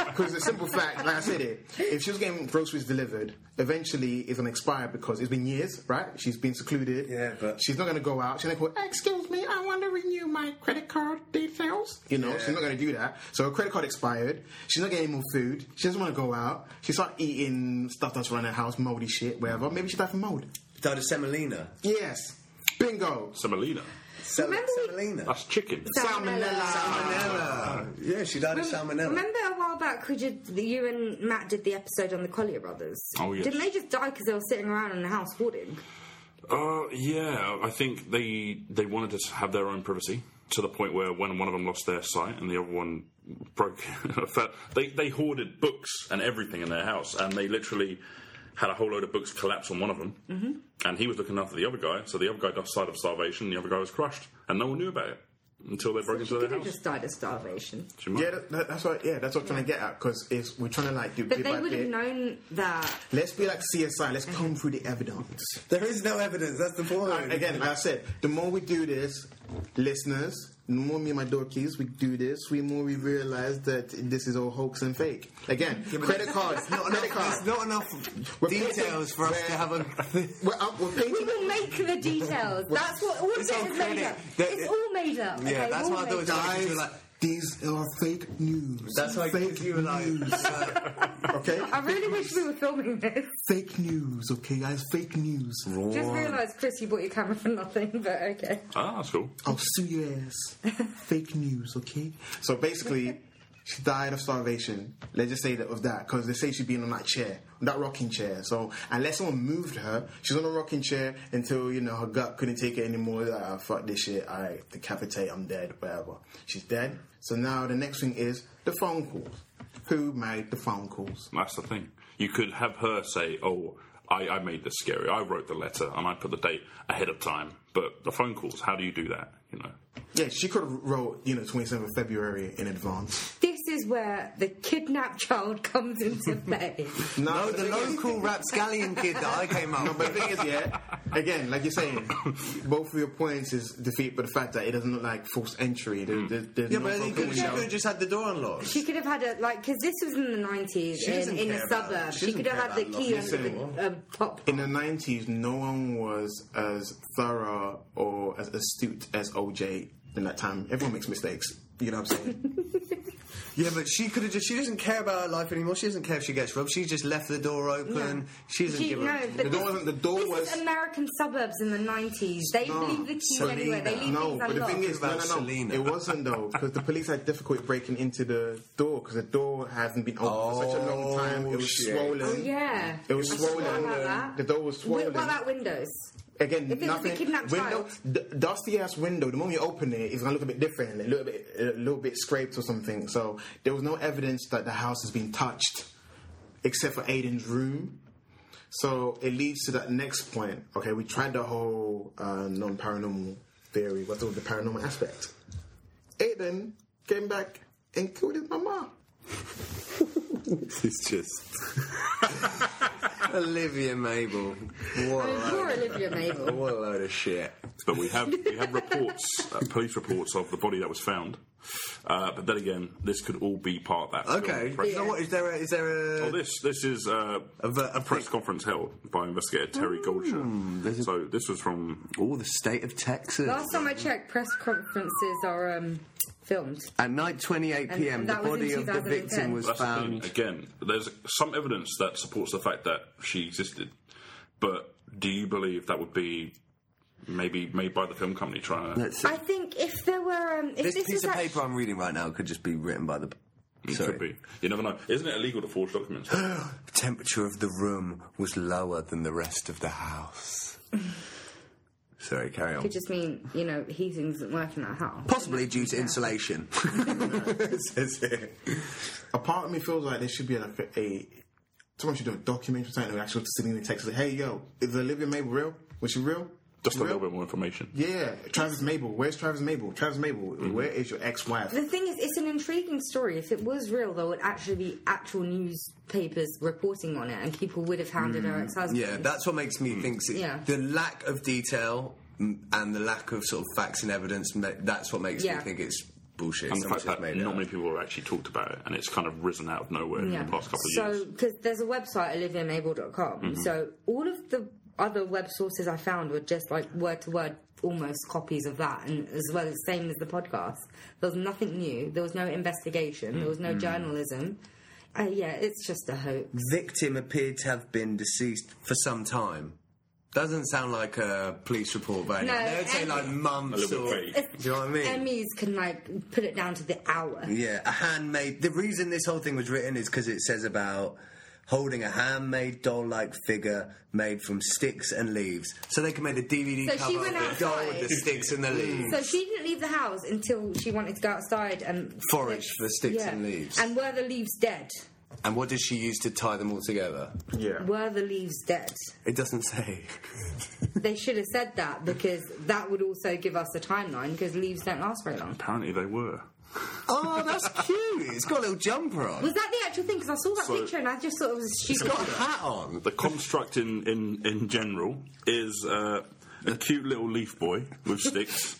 A: because the simple fact, like I said it, if she was getting groceries delivered, eventually it's going to expire because it's been years, right? She's been secluded.
C: Yeah, but-
A: She's not going to go out. She's going to call, excuse me, I want to renew my credit card details. You know, she's not going to do that. So her credit card expired. She's not getting any more food. She doesn't want to go out. She start eating stuff that's around her house, moldy shit, whatever. Maybe she died from mold.
C: Died of semolina.
A: Yes. Bingo.
D: Semolina.
C: Sel-
B: Remember we-
C: semolina.
D: That's chicken.
C: Salmonella. Yeah, she died of salmonella.
B: Remember a while back, we did, you and Matt did the episode on the Collier brothers.
D: Oh, yes.
B: Didn't they just die because they were sitting around in the house hoarding?
D: Uh, yeah, I think they they wanted to have their own privacy to the point where when one of them lost their sight and the other one broke, [laughs] they they hoarded books and everything in their house, and they literally had a whole load of books collapse on one of them, mm-hmm. and he was looking after the other guy, so the other guy died of starvation, the other guy was crushed, and no one knew about it until they broke into
B: They
D: their
B: could have
D: house.
B: just died of starvation.
D: She might-
A: Yeah, that, that- that's what. Yeah, that's what I'm trying to get at because it's we're trying to like do
B: But
A: bit
B: they
A: by
B: would have
A: bit.
B: known that
A: Let's be like CSI. Let's comb through the evidence.
C: There is no evidence. That's the point.
A: Like, again, like I said, the more we do this, listeners, the more me and my dorkies we do this, the more we realize that this is all hoax and fake. Again, credit cards,
C: not [laughs]
A: credit
C: enough,
A: cards.
C: there's not enough
A: We're
C: details
A: painting-
C: for us
A: we're-
C: to have [laughs] a.
A: We're, up, we're [laughs]
B: We
A: painting.
B: will make
C: [laughs]
B: the details. That's what all of
C: It's
B: this
C: all
B: is made
C: credit.
B: up.
C: That-
B: it's all made up.
C: yeah,
B: okay?
C: that's
B: all
C: what I thought.
B: made
C: It was
B: up.
C: like, she was like,
G: These are fake news.
C: That's like
G: fake
C: you and I.
B: uh,
G: news.
B: [laughs]
G: okay,
B: I really wish we were filming
D: [laughs]
B: this.
G: fake news. Okay, guys, fake news.
B: Just realised, Chris, you bought your camera for nothing, but okay.
D: Ah, that's cool.
G: I'll sue your ass. fake news. Okay.
A: So basically, she died of starvation. Let's just say that of that, because they say she'd been on that chair, on that rocking chair. So unless someone moved her, she's on a rocking chair until you know her gut couldn't take it anymore. Like, ah, fuck this shit. I decapitate. I'm dead. Whatever. She's dead. So now the next thing is the phone calls. Who made the phone calls?
D: That's the thing. You could have her say, "Oh, I, I made this scary. I wrote the letter and I put the date ahead of time." But the phone calls. How do you do that? You know.
A: Yeah, she could have wrote you know 27th of February in advance.
B: This is where the kidnapped child [laughs] comes into play.
A: No,
C: The local rapscallion kid that I came up
A: No,
C: with.
A: but the thing is, yeah, again, like you're saying, both of your points is defeat, but the fact that it doesn't look like forced entry. There, there, there's
C: Yeah,
A: no
C: but they
A: broken
C: could she
A: window.
C: could have just had the door unlocked.
B: She could have had a like because this was in the nineties in,
C: doesn't
B: in a
C: care about
B: suburb.
C: that. She
B: She,
C: doesn't
B: could have
C: care
B: had the
C: about
B: key
C: laws
B: under the um, pop.
A: In the 90s, no one was as thorough or as astute as OJ in that time. Everyone makes mistakes. You know what I'm saying?
C: Yeah, but she could have just. She doesn't care about her life anymore. She doesn't care if she gets robbed. She just left the door open.
B: No.
C: She doesn't
B: She-
C: give
B: no,
C: a.
B: but
A: the door wasn't. The door
B: This
A: was.
B: is
C: [laughs]
B: American suburbs in the nineties. They leave the keys anywhere. They leave
A: no,
B: things
A: but the
B: unlocked.
A: thing is, no,
C: About
A: no, no.
C: Selena.
A: It wasn't though, because the police had difficulty breaking into the door because the door hasn't been opened for such a long time. It was
C: shit.
A: swollen.
B: oh yeah,
A: It was
B: I forgot
A: swollen. um,
B: about that.
A: The door was swollen.
B: What about windows?
A: Again,
B: If it was a
A: nothing.
B: kidnapped
A: window,
B: child.
A: d- dusty ass window. The moment you open it, it's gonna look a bit different, a little bit, a little bit scraped or something. So there was no evidence that the house has been touched, except for Aiden's room. So it leads to that next point. Okay, we tried the whole uh, non-paranormal theory. What's all the paranormal aspect? Aiden came back and killed his mama.
C: It's just. [laughs] Olivia Mabel. What a
B: Oh, poor
C: load,
B: Olivia Mabel.
C: what a load of shit.
D: But we have we have reports, uh, police reports of the body that was found. Uh, but then again, this could all be part of that. film
C: Okay.
D: process.
C: So what is there? A, is there
D: Well,
C: a?
D: this this is uh, a,
C: ver- a
D: press conference held by investigator Terry Goldshire. So this was from
C: Oh, the state of Texas.
B: Last time I checked, press conferences are um, filmed.
C: At night, 28
B: And-
C: p.m.,
B: and
C: the
B: that was in
C: body of the
B: 2010.
C: victim was
D: That's the thing.
C: found.
D: Again, there's some evidence that supports the fact that she existed, but do you believe that would be maybe made by the film company trying to?
C: Let's see.
B: I think if there were, um, if
C: this,
B: this,
C: piece
B: was
C: of
B: act-
C: paper I'm reading right now could just be written by the.
D: it
C: Sorry.
D: could be. You never know. Isn't it illegal to
C: [gasps]
D: forge documents?
C: The temperature of the room was lower than the rest of
B: [laughs]
C: the house. Sorry, carry on.
B: could just mean you know heating doesn't work in that house.
C: Possibly due
B: [laughs]
C: to insulation. Says it.
A: a part of me feels like there should be like a, a someone should do a documentary something like actually sitting in Texas. Hey, yo, is Olivia Mabel real? Was she real?
D: Just a
A: real?
D: little bit more information.
A: Yeah, Travis Mabel. Where's Travis Mabel? Travis Mabel.
B: Mm-hmm.
A: where is your ex-wife?
B: The thing is, it's an intriguing story. If it was real, there would actually be actual newspapers reporting on it, and people would have hounded
D: Mm.
B: her ex-husband.
C: Yeah, that's what makes
D: Hmm.
C: me think it-
B: Yeah.
C: the lack of detail mm, and the lack of sort of facts and evidence. ma- That's what makes
B: Yeah.
C: me think it's bullshit.
D: And the
C: Someone's
D: fact
C: just
D: that
C: made it
D: not
C: up.
D: many people have actually talked about it, and it's kind of risen out of nowhere in the past couple of
B: so,
D: years. Mm-hmm.
B: because there's a website, oliviamabel.com. So, all of the other web sources I found were just like word to word, almost copies of that, and as well as same as the podcast. There was nothing new. There was no investigation. There was
D: Mm.
B: no journalism. Uh, yeah, it's just a hoax.
C: victim appeared to have been deceased for some time. Doesn't sound like a police report, but
B: No,
C: they would say
B: and-
C: like months
D: little
C: or. Do
D: vague.
C: you know what I mean?
B: Emmys can like put it down to the hour.
C: Yeah, a handmade. The reason this whole thing was written is because it says about holding a handmade doll-like figure made from sticks and leaves. So they can make the DVD
B: So she
C: cover
B: went
C: of the doll with
B: outside.
C: the sticks and the leaves.
B: So she didn't leave the house until she wanted to go outside and
C: Forage for sticks and leaves.
B: And were the leaves dead?
C: And what does she use to tie them all together?
A: Yeah.
B: Were the leaves dead?
C: It
B: [laughs]
C: doesn't say.
B: They should have said that because that would also give us a timeline because leaves don't last very long.
D: Apparently, they were.
C: [laughs] oh, that's cute. It's got a little jumper on.
B: Was that the actual thing? Because I saw that picture and I just thought it was a
C: it's
B: stupid.
C: got a hat on.
D: [laughs] The construct in in in general is uh, a cute little leaf boy with
C: [laughs]
D: sticks,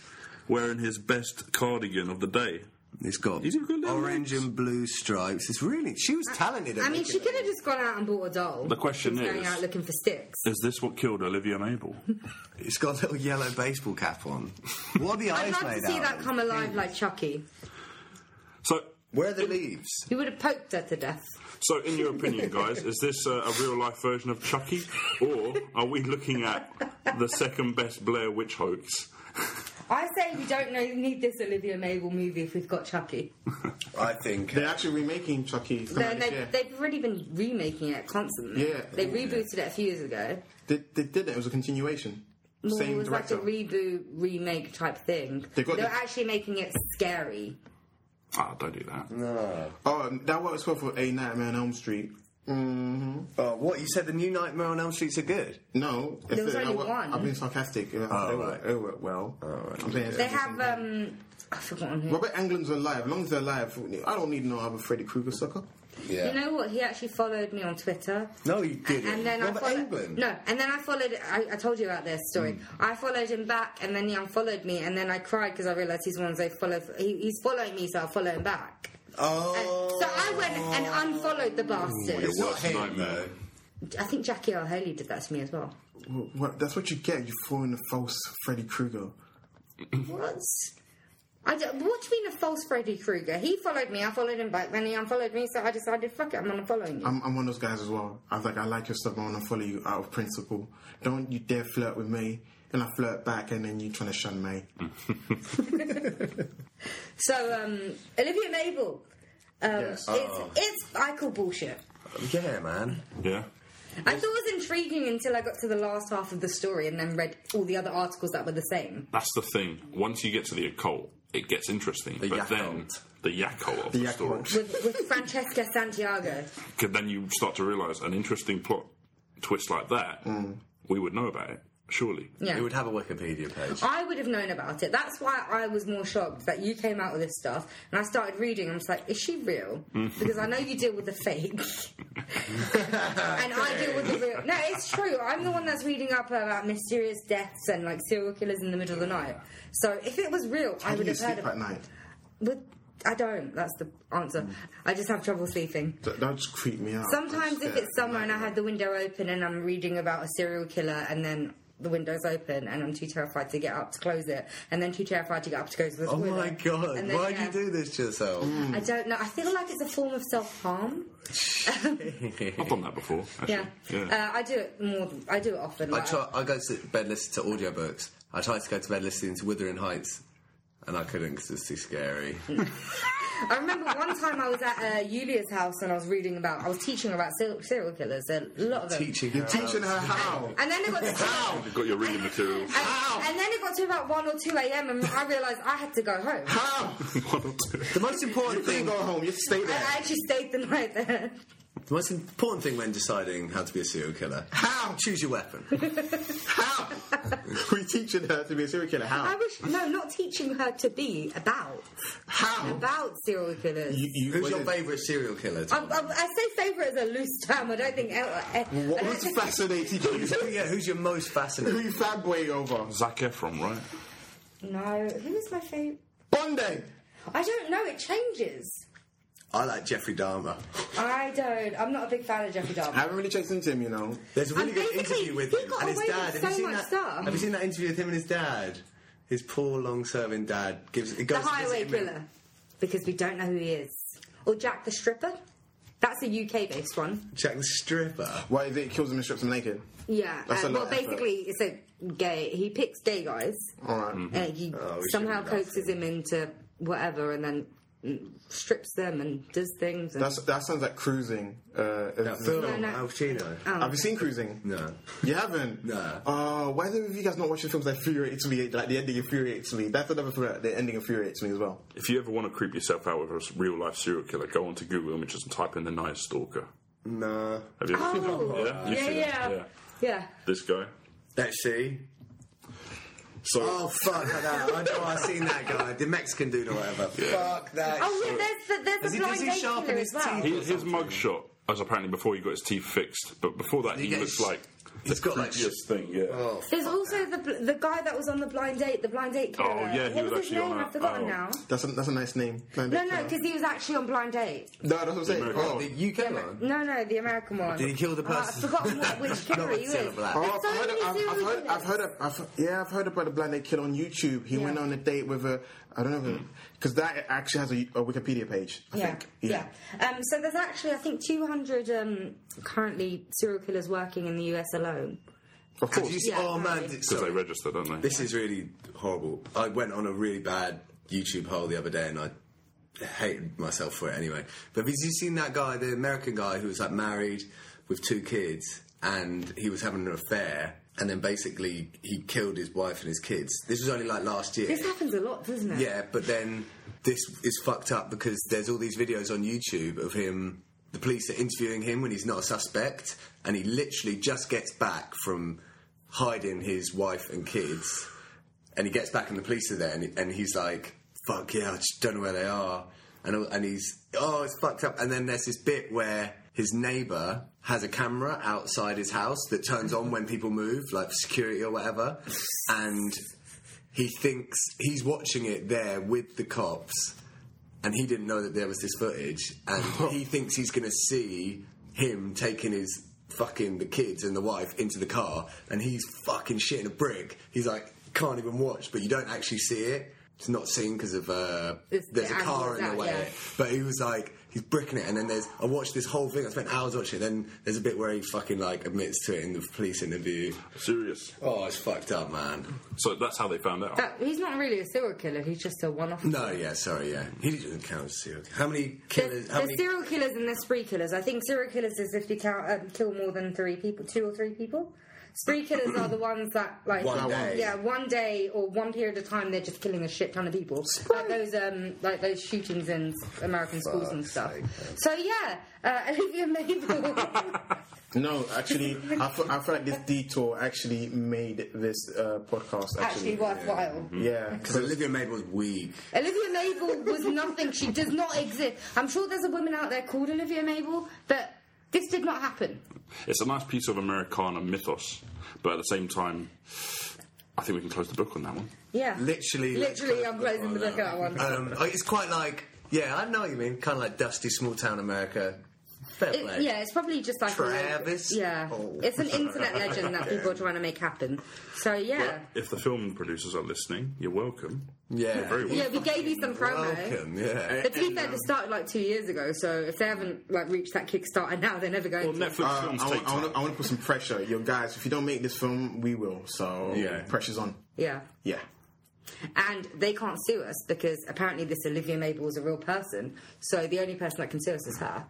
D: wearing his best cardigan of the day.
C: It's got
D: He's even got little
C: orange
D: legs.
C: and blue stripes. It's really. She was talented. At
B: I mean,
C: making
B: she
C: it.
B: could have just gone out and bought a doll.
D: The question
B: She was going
D: is-
B: out looking for sticks.
D: Is this what killed
B: [laughs]
D: Olivia Mabel?
C: It's got a little yellow baseball cap on. What are the
B: I'd
C: eyes
B: love
C: made
B: to see
C: out
B: that
C: of?
B: come alive like Chucky.
D: So,
F: Where are the leaves?
B: You would have poked her to death.
D: so in your opinion, guys, is this uh, a real life version of Chucky, or are we looking at the second best Blair Witch hoax? [laughs]
B: I say we don't know, need this Olivia Mabel movie if we've got Chucky.
F: I think.
A: They're actually remaking Chucky. It's coming
B: They,
A: out this
B: they,
A: year.
B: they've already been remaking it constantly.
A: Yeah.
B: They rebooted it a few years ago.
A: They, they did it. It was a continuation.
B: Well, it
A: Same
B: was
A: director.
B: like a reboot, remake type thing.
A: They got
B: are
A: the-
B: actually making it scary.
D: Ah, don't do that.
A: oh, that works well for A Nightmare on Elm Street. hmm
F: Oh, what you said? The new Nightmare on Elm Street's are good.
A: No, if
B: There was
A: they-
B: only
A: I wa-
B: one. Oh,
A: I've been sarcastic.
F: Oh,
A: Uh, they
F: right.
A: work, they work well. I'm saying it's not
B: They
A: the
B: have,
A: same thing.
B: um, I've forgotten who.
A: Robert Englund's alive. As long as they're alive, I don't need no other Freddy Krueger sucker.
F: Yeah.
B: You know what? He actually followed me on Twitter.
F: no, you didn't.
B: And then
F: Robert
B: I followed,
F: Englund?
B: No, and then I followed. I, I told you about this story.
A: Hmm.
B: I followed him back, and then he unfollowed me, and then I cried because I realised he's one of those follow. He, he's following me, so I'll follow him back.
F: Oh.
B: And so I went and unfollowed
A: Oh,
B: the bastard.
F: It's not
D: Worst
F: him,
D: nightmare.
F: though.
B: I think Jackie L. Haley did that to me as well.
A: Well, well, that's what you get. You fall in a false Freddy Krueger.
B: What? I don't, what do you mean a false Freddy Krueger? He followed me, I followed him back, then he unfollowed me, so I decided, fuck it, I'm unfollowing you.
A: I'm, I'm one of those guys as well. I was like, I like your stuff. I want to follow you out of principle. Don't you dare flirt with me. And I flirt back, and then you trying to shun
F: Mm,
A: me.
B: so, um, Olivia Mabel. Um,
A: Yes.
B: it's, it's, I call bullshit.
F: Yeah, man.
D: Yeah.
B: I thought it was intriguing until I got to the last half of the story and then read all the other articles that were the same.
D: That's the thing. Once you get to the occult, it gets interesting. but
F: yakult.
D: then the yakult of the,
A: yakult.
D: story.
B: With, with [laughs] Francesca Santiago.
D: 'Cause then you start to realise an interesting plot twist like that, we would know about it, surely.
B: Mm. Yeah.
F: It would have a Wikipedia page.
B: I would have known about it. That's why I was more shocked that you came out with this stuff and I started reading. I was like, is she
A: [laughs]
B: real? Because I know you deal with the fake. and I deal with the real. No, it's true. I'm the one that's reading up about mysterious deaths and like serial killers in the middle of the night. So if it was real, I
A: How do
B: would
A: you
B: have heard
A: sleep
B: of
A: at night?
B: But I don't. That's the answer. I just have trouble sleeping.
A: That, that would just creep me out.
B: Sometimes
A: Just
B: if
A: there.
B: it's summer and I had the window open and I'm reading about a serial killer and then the window's open and I'm too terrified to get up to close it and then too terrified to get up to go to the
F: Oh
B: toilet.
F: my god,
B: And then,
F: why'd
B: yeah.
F: you do this to
B: [laughs]
F: yourself? [laughs]
B: I don't know. I feel like it's a form of self harm.
D: I've done that before, actually.
B: Yeah, Uh, I do it more. Than, I do it often.
F: I
B: like-
F: try, I go to bed listening to audiobooks. I tried to go to bed listening to Wuthering Heights, and I couldn't because it's too
B: [laughs]
F: scary.
B: I remember one time I was at uh, Julia's house and I was reading about. I was teaching her about ser- serial killers. A lot of them.
F: Teaching her.
A: Teaching her how.
B: And then it got to
D: You've got your reading materials.
B: And, and then it got to about 1 or 2 a.m. and I realised I had to go home.
A: How?
D: One or two.
F: The most important
A: You
F: thing.
A: go home. You stay
B: I
A: there.
B: actually stayed the night there.
F: The most important thing when deciding how to be a serial killer.
A: How?
F: Choose your
B: [laughs]
F: weapon.
A: How? We're teaching her to be a serial killer.
B: I
A: How?
B: wish, no, not teaching her to be about.
A: How?
B: About serial killers.
A: You, you,
F: Who's
A: well,
F: your
A: then-
F: favourite serial killer?
B: I,
F: Tom?
B: I, I say favourite is a loose term. I don't think. El- eh, I
A: What
B: don't
A: was
B: think-
A: fascinating? [laughs] Who
F: yeah, who's your most fascinating?
A: you fanboy over?
D: [laughs] Zac Efron, right?
B: No, who is my favourite?
A: Bonde.
B: I don't know. It changes.
F: I like Jeffrey Dahmer.
B: I don't. I'm not a big fan of Jeffrey
A: I
B: Dahmer.
A: haven't really checked into him, you know.
F: There's a really
B: And
F: good
B: basically,
F: interview with
B: he
F: him
B: got
F: and his
B: away with
F: dad. Have
B: so
F: you seen
B: much
F: that?
B: stuff.
F: Have you seen that interview with him and his dad? His poor, long-serving dad gives. It
B: The
F: goes to
B: Highway
F: visit him in-
B: Killer, because we don't know who he is, or Jack the Stripper. That's a UK-based one.
F: Jack the stripper.
A: Why is it kills him and strips him naked?
B: Yeah.
A: That's
B: uh,
A: a
B: well,
A: lot of effort.
B: basically, it's a gay. He picks gay guys.
A: All right.
B: Uh, he
F: we
B: somehow
F: shouldn't laugh
B: coaxes him into whatever, and then mm, strips them and does things. And
A: That's that sounds like cruising. Uh,
F: That
A: is-
F: film,
B: No, no.
F: Al Pacino.
A: Have you seen Cruising?
F: No.
A: You haven't?
F: No.
A: Oh, why do you guys not watching films that infuriates me? Like the ending infuriates me. That's another film that the ending infuriates me as well.
D: If you ever want to creep yourself out with a s- real life serial killer, go onto Google Images and type in the Night Stalker.
F: No.
D: Have you ever seen
B: Oh,
D: that? You've
B: yeah,
D: seen
B: yeah.
D: that? yeah.
B: yeah.
D: This guy.
F: Let's see.
D: So,
F: Oh fuck that! I know I've seen that guy, the Mexican dude or whatever. Fuck that.
B: Oh
F: shit.
B: yeah, there's the, there's
F: Does
B: the
F: he-
B: blind
F: does he
B: date
F: sharpen
B: killer as
F: his
B: well.
F: teeth?
D: his, his mugshot was apparently before he got his teeth fixed, but before that,
F: He
D: he,
F: gets-
D: was like.
F: he's
D: the
F: got, like, Oh.
D: creepiest thing, yeah.
B: There's also the bl- the guy that was on the blind date, the blind date killer.
D: Oh, yeah, he
B: what
D: was
B: his
D: actually
B: name?
D: on a-
B: I've forgotten
D: oh.
B: now.
A: That's a, that's a nice name. No,
B: No, no, because he was actually on blind date.
A: no, that's what I'm saying.
D: American.
A: Oh,
F: The UK one.
B: No, no, the American one.
F: Did he kill the
B: Oh, I've
F: person?
B: forgotten what, which
F: No,
B: killer he
F: it's
B: was.
F: yellow black.
A: Oh,
B: There's
A: I've
B: so
A: heard,
B: many
A: I've,
B: serial
A: I've heard, I've
B: killers.
A: heard, I've, yeah, I've heard about the blind date killer on YouTube. He
B: Yeah.
A: went on a date with a, I don't know, because that actually has a, a Wikipedia page. I
B: yeah,
A: think.
B: yeah. Um, so there's actually, I think, 200 um, currently serial killers working in the US alone.
A: Of
C: Did
A: course.
C: you see-
B: Yeah,
C: oh man,
B: right.
C: did-
D: because
C: sorry.
D: they register, don't they?
C: this is really horrible. I went on a really bad YouTube hole the other day, and I hated myself for it anyway. But have you seen that guy, the American guy who was like married with two kids, and he was having an affair? And then basically, he killed his wife and his kids. This was only like last year.
B: This happens a lot, doesn't it?
C: Yeah, but then this is fucked up because there's all these videos on YouTube of him. The police are interviewing him when he's not a suspect, and he literally just gets back from hiding his wife and kids. And he gets back, and the police are there, and, and he's like, "Fuck yeah, I just don't know where they are." And all- and he's oh, it's fucked up. And then there's this bit where his neighbour has a camera outside his house that turns on when people move, like for security or whatever, and he thinks he's watching it there with the cops and he didn't know that there was this footage
B: [laughs]
C: and he thinks he's going to see him taking his fucking the kids and the wife into the car and he's fucking shitting a brick he's like can't even watch but you don't actually see it it's not seen because of uh,
B: It's
C: there's a
B: the angle,
C: car in the
B: that,
C: way
B: yeah.
C: but he was like he's bricking it and then there's I watched this whole thing I spent hours watching it then there's a bit where he fucking like admits to it in the police interview
D: Serious.
C: oh it's fucked up man
D: So that's how they found out.
B: But Uh, he's not really a serial killer, he's just a one off.
C: No, yeah, sorry, yeah. He doesn't count as serial killer. How many
B: There's,
C: killers? How
B: there's
C: many?
B: serial killers and there's spree killers. I think serial killers is if you count, um, kill more than three people, two or three people. Spree killers are the ones that like
C: One day.
B: yeah, one day or one period of time they're just killing a shit ton of people. Like those um, like those shootings in American schools and stuff. so yeah, uh, [laughs] Olivia Mabel.
A: No, actually, I feel, I feel like this detour actually made this uh, podcast actually.
B: actually worthwhile.
A: yeah,
C: Because Olivia Mabel's weak.
B: Olivia Mabel was nothing. She does not exist. I'm sure there's a woman out there called Olivia Mabel, but this did not happen.
D: It's a nice piece of Americana mythos, but at the same time, I think we can close the book on that one.
B: Yeah.
C: Literally,
B: Literally,
C: like,
B: I'm closing the book out one.
C: Um, oh, it's quite like, yeah, I know what you mean. Kind of like dusty small town America. Fair
B: It-
C: play.
B: yeah, it's probably just like a-
C: Travis
B: yeah,
C: Paul.
B: it's an internet legend that people are trying to make happen. So yeah,
D: If the film producers are listening, you're welcome.
C: Yeah. Uh,
D: You're very welcome.
B: yeah, we gave you some promo.
C: Welcome. Yeah.
B: But to be fair, this started like two years ago, so if they haven't like reached that Kickstarter now, they're never going
D: Well,
B: to.
D: Netflix
A: Uh,
D: films
A: I,
D: take
A: want, I,
D: time.
A: want, I want to put some pressure. Yo, guys, if you don't make this film, we will. So,
C: Yeah.
A: pressure's on.
B: Yeah,
A: Yeah.
B: and they can't sue us because apparently this Olivia Mabel is a real person. So the only person that can sue us is her,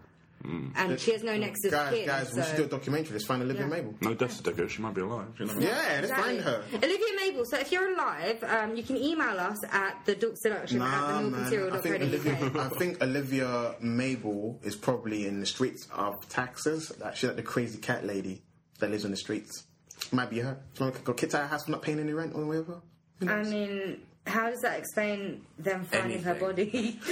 B: and she has no nexus.
A: Guys,
B: kin,
A: guys,
B: so.
A: we should do a documentary. Let's find Olivia
B: Yeah.
A: Mabel.
D: No death certificate. She might be alive. You know?
A: Yeah, let's
B: Exactly.
A: find her.
B: Olivia Mabel. So if you're alive, um, you can email us at the Dork Seduction at
A: Nah,
B: the
A: man. I think, Olivia,
B: [laughs]
A: I think Olivia Mabel is probably in the streets of Texas. Like, she's like the crazy cat lady that lives on the streets. Might be her. She want to go kicked out of her house for not paying any rent or whatever.
B: I mean, how does that explain them finding her body? [laughs]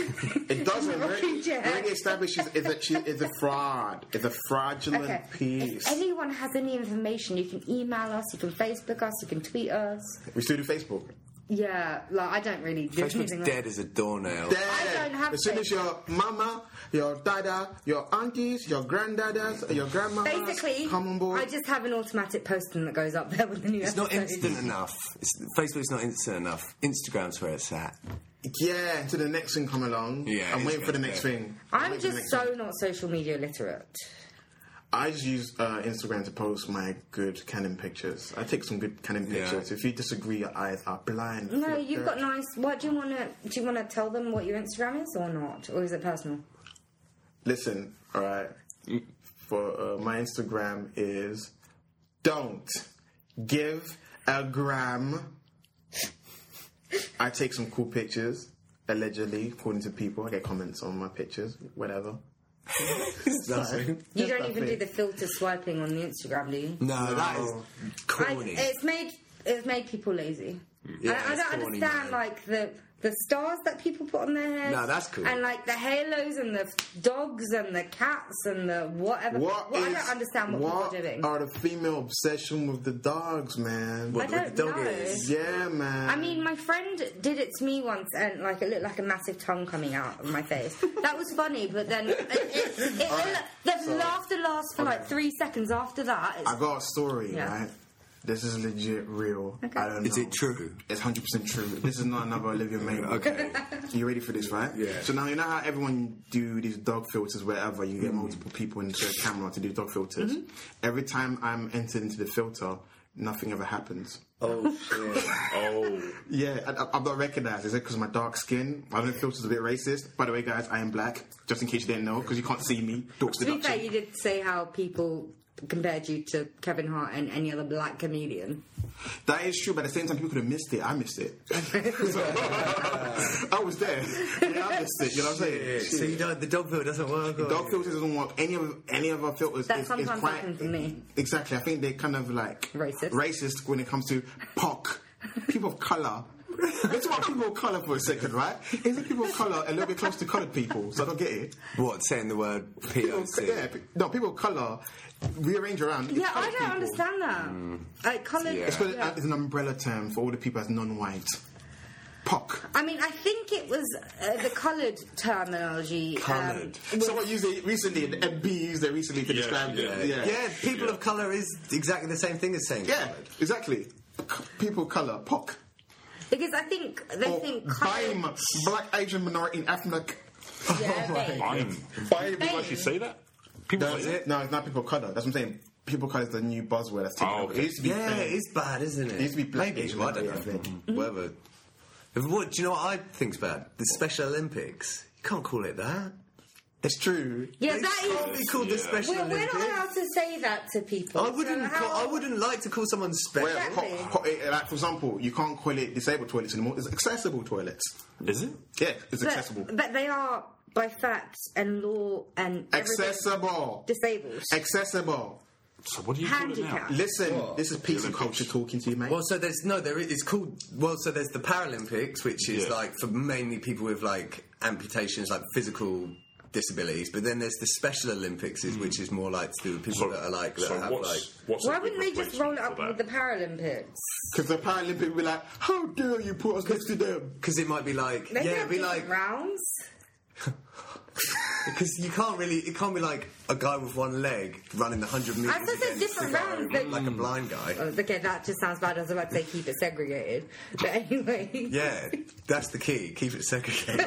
A: It doesn't.
B: Rocking
A: really,
B: chair.
A: really establishes is that she is a fraud. Is a fraudulent
B: Okay.
A: piece.
B: If anyone has any information, you can email us, you can Facebook us, you can tweet us.
A: we still do Facebook.
B: Yeah, like I don't really do
C: Facebook's
B: anything. like-
C: dead as a doornail.
A: Dad,
B: I don't have
A: as soon as your mama, your dada, your aunties, your granddadas, your grandmamas
B: Basically,
A: come on board.
B: I just have an automatic posting that goes up there with the new.
C: It's not
B: episodes.
C: instant enough. It's, Facebook's not instant enough. Instagram's where it's at.
A: yeah, until the next thing come along.
C: Yeah,
A: I'm waiting for the
C: Instagram's
A: next
C: there.
A: thing.
B: I'm
A: waiting for the next
B: just so
A: thing.
B: not social media literate.
A: I just use uh, Instagram to post my good Canon pictures. I take some good Canon pictures. If you disagree, your eyes are blind.
B: No,
C: uh,
B: you've got nice. What do you want to? Do you want to tell them what your Instagram is or not, or is it personal?
A: Listen, all right. For uh, my Instagram is don't give a gram. I take some cool pictures, allegedly, according to people. I get comments on my pictures, whatever.
C: Nothing.
B: You don't even do the filter swiping on the Instagram, do you?
C: No, that
A: No.
C: is
B: I,
C: corny.
B: it's made it's made people lazy.
C: Yeah,
B: I, I
C: it's
B: don't
C: corny, man.
B: understand like the the stars that people put on their heads.
C: No, that's cool.
B: And like the halos and the dogs and the cats and the whatever.
A: What
B: Well, I
A: is-
B: don't understand what,
A: what
B: people are doing.
A: are the female obsession with the dogs, man?
B: I don't
C: the dog
B: know.
C: is-
A: Yeah, man.
B: I mean, my friend did it to me once, and like it looked like a massive tongue coming out of my face. that was funny, but then it, it,
A: [laughs]
B: it,
A: Alright,
B: the
A: so-
B: laughter lasts for like three seconds after that. It's,
A: I got a story,
B: Yeah.
A: right? This is legit real. I don't know.
C: Is it true?
A: It's hundred percent true. This is not another Olivia
B: [laughs]
A: May.
C: Okay.
A: You ready for this, right?
C: Yeah.
A: So now you know how everyone do these dog filters wherever you
B: Mm-hmm.
A: get multiple people into a camera to do dog filters. Every time I'm entered into the filter, nothing ever happens.
C: oh shit.
D: Oh,
A: Yeah, I, I- I'm not recognized. Is it because my dark skin? I don't know if filters a bit racist. By the way, guys, I am black. Just in case you didn't know, because you can't see me. Dorks
B: To be
A: deduction.
B: fair, you did say how people compared you to Kevin Hart and any other black comedian.
A: That is true, but at the same time, people could have missed it. I missed it. [laughs]
B: [laughs]
A: I was there. Yeah, I missed it. You know what I'm saying?
C: So you don't, the dog pill doesn't work. or-
A: Dark filters doesn't work. Any of any of our filters
B: That
A: is, is
B: sometimes
A: quite
B: happens to me.
A: exactly. I think they're kind of like
B: Racist.
A: racist when it comes to POC, people of
B: [laughs]
A: color. Let's talk about people of color for a second, right? Isn't people of color a little bit close to colored people? So I don't get it.
C: What saying the word
A: People,
C: POC?
A: yeah, pe- no, people of color rearrange around. it's
B: Yeah,
A: coloured
B: I don't
A: people. Mm.
B: understand that. Like coloured.
C: Yeah.
A: It's, called- uh, it's an umbrella term for all the people as non-white. POC.
B: I mean, I think it was uh, the coloured terminology. um,
C: Coloured.
B: was-
A: Someone used it recently. The MB used it recently to
D: Yeah,
A: describe it.
D: yeah.
A: Yeah.
C: Yeah, people of colour is exactly the same thing as saying
A: Yeah,
C: coloured.
A: exactly. C- People color POC.
B: because I think they
A: or
B: think
A: BIME,
B: coloured.
A: Black Asian Minority in Africa. [laughs]
B: Yeah,
A: Oh
B: they-
D: fine.
A: BIME.
D: People actually say that. People
A: No,
D: say that.
A: it's no, it's not people color. That's what I'm saying. People color is the new buzzword that's taken
D: Oh,
A: over.
D: okay.
A: It used to be
C: Yeah,
A: BAME.
C: it is bad, isn't it?
A: It used to be black
C: Maybe,
A: Asian
C: well, I don't know. Mm-hmm.
A: minority, I think.
C: Whatever. If- What, do you know what I think's bad? The Special Olympics. You can't call it that.
A: It's true.
B: yeah,
C: It's
B: that
C: can't
B: is.
C: be called the
D: Yeah.
C: Special
B: We're, we're
C: Olympics.
B: not allowed to say that to people.
C: I
B: so
C: wouldn't.
B: how-
C: Call, I wouldn't like to call someone special.
A: Where
B: Exactly.
A: co- co- eh, like, for example, you can't call it disabled toilets anymore. It's accessible toilets.
D: Is it?
A: Yeah, it's
B: but,
A: accessible.
B: but they are by fact and law and everything
A: Accessible.
B: disabled.
A: Accessible.
D: So what do you call it now?
B: Handicap.
A: Listen,
C: What?
A: this is peace and culture talking to you, mate.
C: Well, so there's no, there is, it's called, well, so there's the Paralympics, which is
D: Yeah.
C: like for mainly people with like amputations, like physical disabilities, but then there's the Special Olympics, is which is more like to do with people
D: So-
C: that are like, that
D: so
C: have
D: what's,
C: like,
D: what's
B: Why
D: a good
B: wouldn't they just roll it up with
D: replacement
B: the
D: for
B: Paralympics?
A: Because the Paralympic would be like, how dare you put us next to them?
C: because it might be like,
B: They
C: yeah,
B: yeah,
C: it'd be like,
B: like rounds.
C: because you can't really, it can't be like a guy with one leg running the 100 metres.
B: thought there's
C: against
B: different
C: the guy
B: rounds,
C: with,
B: but-
C: Like a blind guy.
B: Oh, Okay, that just sounds bad. I was about to say keep it segregated, but anyway.
C: Yeah, that's the key. Keep it segregated.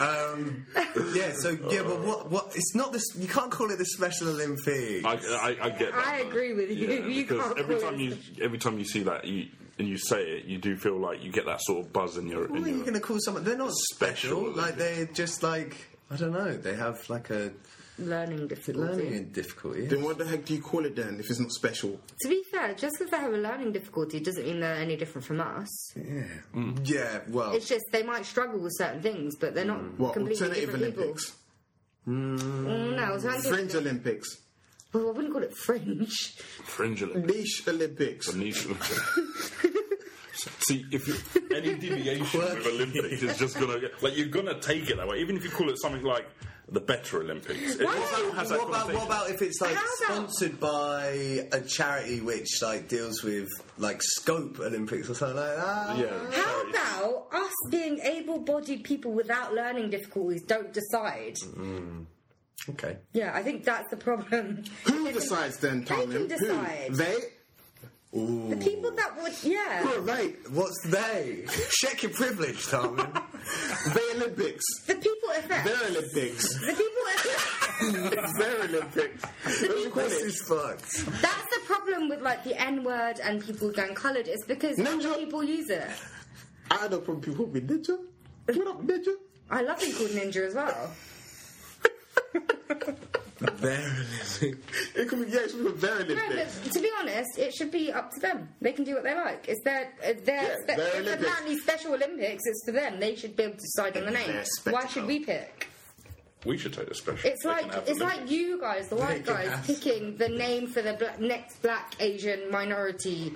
C: um, yeah. So yeah, but what? What? It's not this. You can't call it the Special Olympics.
D: I, I, I get. That,
B: [laughs] I
D: though.
B: agree with you.
D: Yeah,
B: You
D: because
B: can't
D: every
B: call it-
D: time you every time you see that you, and you say it, you do feel like you get that sort of buzz in your.
C: What
D: In
C: are you
D: your
C: going to call someone? They're not
D: Special
C: special. Like
D: Olympics.
C: they're just like I don't know. They have like a
B: Learning difficulty.
C: learning difficulty.
A: Then what the heck do you call it then if it's not special?
B: To be fair, just because they have a learning difficulty doesn't mean they're any different from us.
C: Yeah.
D: Mm.
C: Yeah. Well.
B: It's just they might struggle with certain things, but they're not
A: What,
B: completely
A: alternative
B: different
A: Olympics?
B: people. Mm, no, alternative.
A: Fringe Olympics?
B: Well, I wouldn't call it fringe.
D: Fringe Olympics.
A: Niche Olympics?
D: Niche [laughs] Olympics. See, if you, any deviation with Olympics is just gonna get, like you're gonna take it that way. Even if you call it something like the Better Olympics, it
B: Why
D: also
B: don't-
D: has that
C: What about what
D: connotation.
C: about if it's like
B: How about-
C: sponsored by a charity which like deals with like Scope Olympics or something like that?
D: Yeah.
B: How
D: sorry.
B: about us being able-bodied people without learning difficulties don't decide?
C: Okay.
B: Yeah, I think that's the problem.
A: Who decides then,
B: can
A: Tomlin?
B: decide.
A: Who? They?
B: The people that would, yeah,
A: Who are they?
C: What's they? Check your privilege,
F: [laughs]
C: Darwin.
A: They Olympics.
B: the people effect,
A: Their Olympics.
B: the people effect.
A: Their Olympics. What do you call
C: this
A: it?
C: is fucked.
B: That's the problem with like the N word and people going coloured is because
A: No,
B: other
A: no.
B: people use it.
A: I had a problem people with ninja. What up, ninja?
B: I love being called ninja as well.
C: Verily.
A: It could be, yeah, it should be called their
B: No,
A: Olympics.
B: but to be honest, it should be up to them. They can do what they like. It's their, it's their,
A: Yeah,
B: spe-
A: their
B: it's
A: Olympics.
B: apparently Special Olympics. It's for them. They should be able to decide on the name.
A: Their
B: Why
A: spectacle.
B: should we pick?
D: We should take the special.
B: It's
D: They can
B: like
D: have
B: it's
D: Olympics.
B: like you guys, the white
C: can
B: guys,
C: have-
B: picking the name for the bla- next Black Asian minority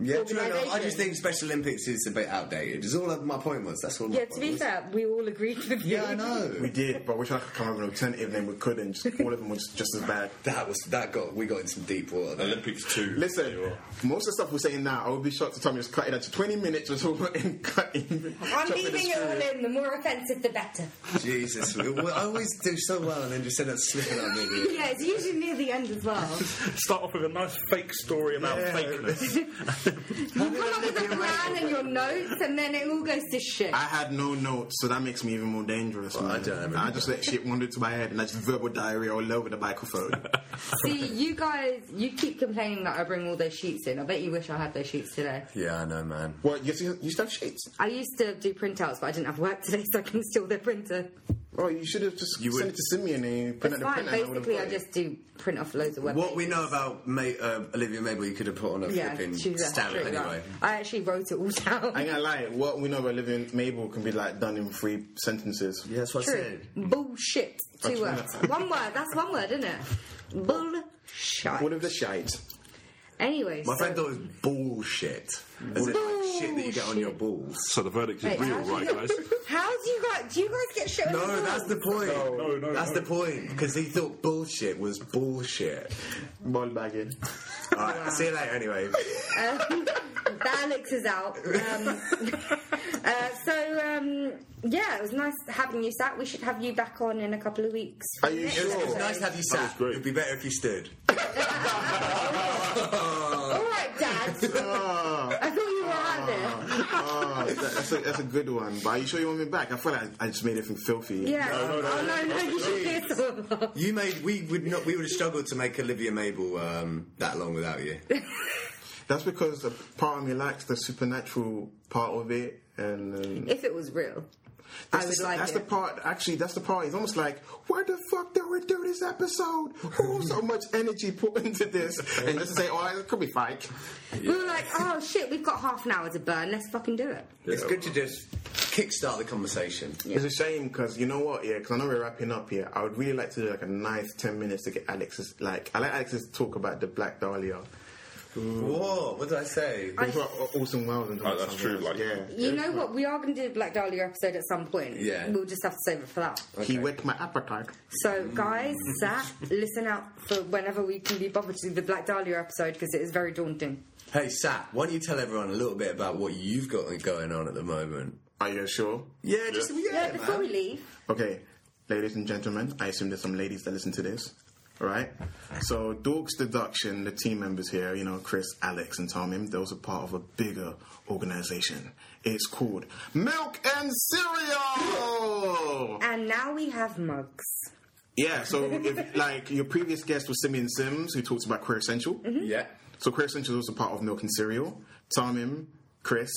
F: Yeah, true enough. I just
B: organisation.
F: think Special Olympics is a bit outdated. Is all of my point was. That's all. my
B: Yeah, to
F: point
B: be
F: was.
B: fair, we all agreed with you.
F: Yeah, I know.
A: We did, but we tried to come up with an alternative name. We couldn't. Just, all of them were just, just as bad.
F: That was that got we got in some deep water. [laughs] There.
D: Olympics 2.
A: Listen,
D: You're-
A: most of the stuff we're saying now, I would be shocked if Tommy just cut it out to 20 minutes or so and cutting.
B: [laughs] I'm leaving it all in. The more offensive, the better. [laughs]
F: Jesus, we, we always do so well, and then just end up slipping [laughs] on me.
B: yeah, it's usually near the end as well.
D: Start off with a nice fake story about
A: Yeah.
D: fakeness.
B: You come up with a plan and your notes, and then it all goes to shit.
A: I had no notes, so that makes me even more dangerous. man.
F: I don't remember.
A: I just let shit wander to my head and I just verbal diarrhea all over the microphone.
B: See, you guys, you keep complaining that I bring all those sheets in. I bet you wish I had those sheets today.
F: Yeah, I know, man.
A: [laughs] well, you, still- you still have sheets?
B: I used to do printouts, but I didn't have work today, so I can steal their printer.
A: Oh, you should have just
F: You
A: sent
F: would-
A: it to Simeon and you print
B: It's
A: out the print
B: fine.
A: and I would have
B: Basically, I
A: got it.
B: just do print off loads of web.
F: What we know about Ma uh, Olivia Mabel, you could have put on a
B: yeah,
F: flipping
B: she was a
F: stamp
B: straight
F: anyway.
B: line. I actually wrote it all down.
A: I ain't gonna lie, what we know about living Mabel can be like done in three sentences.
F: Yeah, that's what I
B: [laughs] True.
F: said.
B: Bullshit. Two
A: Actually,
B: words. one word. That's one word, isn't it? Bullshit.
A: All of the shite.
B: Anyway,
F: My
B: so
F: friend thought it was bullshit. As in, like, shit that you get on your balls.
D: so the verdict is
B: Wait,
D: real,
B: how do you
D: right,
B: know-
D: guys?
B: [laughs] How do you guys? Do you guys get shit? on your
F: No,
B: balls?
F: that's the point.
D: No, no,
F: that's
D: no.
F: the point. Because he thought bullshit was bullshit.
A: Ball bagging.
F: Alright, see you later [laughs] anyway.
B: um, Alex is out. Um, uh, so um, yeah, it was nice having you sat. We should have you back on in a couple of weeks.
A: Are
F: It
A: you
F: was, it was
A: sure?
F: nice to have you sat.
D: great.
F: It'd be better if you stood. [laughs]
B: All right, Dad. [laughs] I thought you were out there.
A: Oh, that- that's, a, that's a good one. But are you sure you want me back? I feel like I just made everything filthy.
B: Yeah. oh no, no, you should do some.
F: You made we would not we would have struggled to make Olivia Mabel um, that long without [laughs] you.
A: That's because a part of me likes the supernatural part of it. And um,
B: [laughs] If it was real, I would
A: that's, the,
B: like
A: that's
B: it.
A: the part, actually, that's the part. It's almost like, where the fuck did we do this episode? Oh, so much energy put into this. And just to say, oh, it could be fake.
B: We were like, oh shit, we've got half an hour to burn. Let's fucking do it.
F: It's good to just kickstart the conversation.
A: It's a shame because you know what, yeah, because I know we're wrapping up here. I would really like to do like a nice 10 minutes to get Alex's, like, I like Alex's talk about the Black Dahlia.
F: Whoa, what did I say?
A: It's about Orson Welles and
D: Oh, that's true, like-
A: yeah.
B: You know what? We are going to do a Black Dahlia episode at some point.
F: Yeah.
B: We'll just have to save it for that.
A: He whet my appetite.
B: So, guys, Zach, listen out for whenever we can be bothered to do the Black Dahlia episode because it is very daunting.
F: Hey Sat, why don't you tell everyone a little bit about what you've got going on at the moment?
A: Are you sure?
F: Yeah, just yeah,
B: Yeah, before we leave,
A: Okay, ladies and gentlemen, I assume there's some ladies that listen to this. All right. So Dork's deduction, the team members here, you know, Chris, Alex, and Tommy, those are part of a bigger organization. It's called Milk and Cereal.
B: and now we have mugs.
A: yeah. So if like your previous guest was Simeon Sims, who talked about Queer Essential.
B: Mm-hmm.
F: Yeah.
A: So Queer Essential is also part of Milk and Cereal. Tomim, Chris,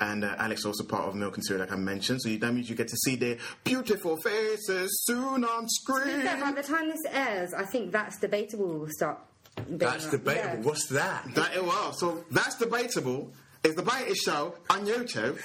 A: and uh, Alex are also part of Milk and Cereal, like I mentioned. So you, that means you get to see their beautiful faces soon on
B: [laughs]
A: screen.
B: So by the time this airs, I think that's debatable. We'll start. being
F: That's
B: like,
F: debatable.
B: yeah.
F: What's that?
A: That it was. So that's debatable. It's the British show on YouTube.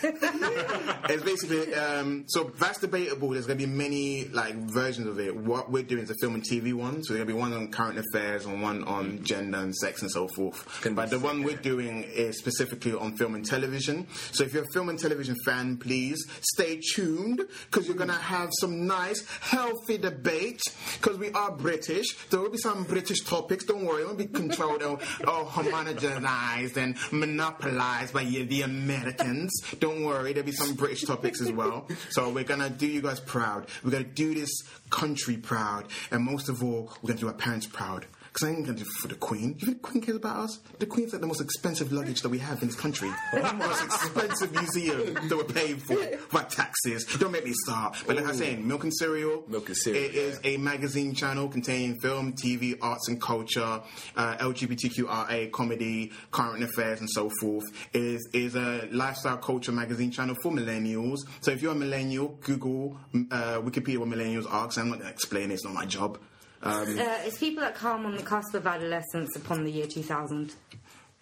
A: it's basically um, so that's debatable. There's going to be many like versions of it. What we're doing is a film and TV one. So there's going to be one on current affairs and one on gender and sex and so forth.
F: Can
A: but
F: be
A: the one we're doing is specifically on film and television. So if you're a film and television fan, please stay tuned because you're going to have some nice, healthy debate because we are British. There will be some British topics. Don't worry, it won't be controlled or, or homogenized and monopolized by you- the Americans. Don't worry, there'll be some British topics as well. So we're going to do you guys proud. We're going to do this country proud. And most of all, we're going to do our parents proud. Because I ain't gonna do it for the Queen. Do you think the Queen cares about us? The Queen's like the most expensive luggage that we have in this country. the [laughs] most expensive museum that we're paying for by taxes. Don't make me start. But like I was saying, Milk and Cereal.
F: Milk and Cereal,
A: It is a magazine channel containing film, TV, arts and culture, uh, LGBTQRA, comedy, current affairs, and so forth. It is, is a lifestyle culture magazine channel for millennials. So if you're a millennial, Google, m- uh, Wikipedia what millennials are, 'cause I'm not gonna explain it, it's not my job. Um,
B: Uh, it's people that come on the cusp of adolescence upon the year 2000.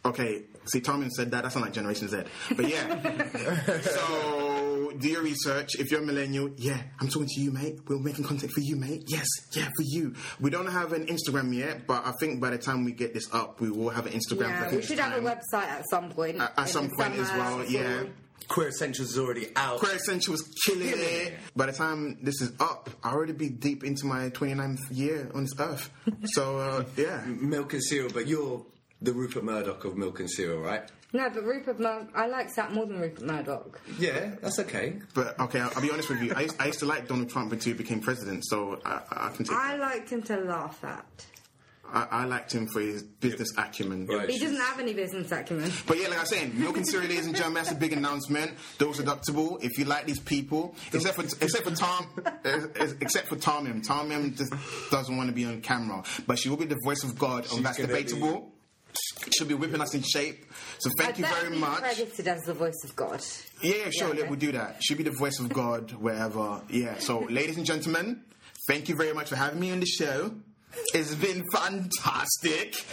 A: Okay, see, Tomlin said that. That sounds like Generation Z. But yeah. so, do your research. If you're a millennial, yeah, I'm talking to you, mate. We're making content for you, mate. Yes, yeah, for you. We don't have an Instagram yet, but I think by the time we get this up, we will have an Instagram.
B: Yeah,
A: for
B: we
A: next
B: should have a
A: time.
B: website at some point.
A: At- at some point as well, yeah.
F: Queer Essentials is already out.
A: Queer Essential was killing it. By the time this is up, I'll already be deep into my 29th year on this earth. So, uh, yeah.
F: Milk and cereal, but you're the Rupert Murdoch of Milk and Cereal, right?
B: No, but Rupert Murdoch, I like that more than Rupert Murdoch.
F: Yeah, that's okay.
A: But, okay, I'll, I'll be honest with you. I used, I used to like Donald Trump until he became president, so I, I can take
B: I liked him to laugh at.
A: I, I liked him for his business acumen.
F: Right.
B: He doesn't have any business acumen.
A: But yeah, like I was saying, milk and cereal is in Germany. That's a big announcement. Those deductible. If you like these people, except for except for Tom, eh, except for Tomim. Tomim just doesn't want to be on camera, but she will be the voice of God, and that's
F: gonna be-
A: debatable. She'll be whipping us in shape. So thank you
B: That'd
A: very
B: be
A: much.
B: credited as the voice of God.
A: Yeah, yeah, sure,
B: Yeah.
A: yeah, we'll do that. She'll be the voice of God wherever. Yeah,
B: [laughs]
A: so ladies and gentlemen, thank you very much for having me on the show. It's been fantastic.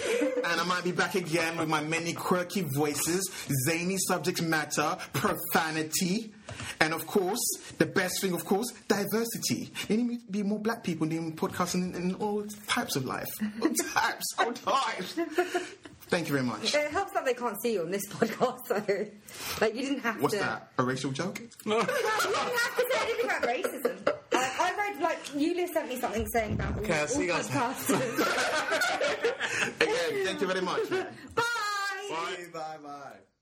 A: And I might be back again with my many quirky voices, zany subject matter, profanity, and of course, the best thing, of course, diversity. There need to be more black people doing podcasting in, in all types of life.
B: [laughs]
A: All types, all types. Thank you very much.
B: It helps that they can't see you on this [laughs] podcast, though. Like, you didn't have
A: What's
B: to.
A: that? A racial
B: [laughs]
A: joke?
B: You didn't have to say anything about racism. I, I read, like, Yulia sent me something saying about all,
F: I'll see you
B: all
F: guys.
B: podcasters.
F: [laughs]
A: Again, thank you very much. man.
B: Bye!
F: Bye bye.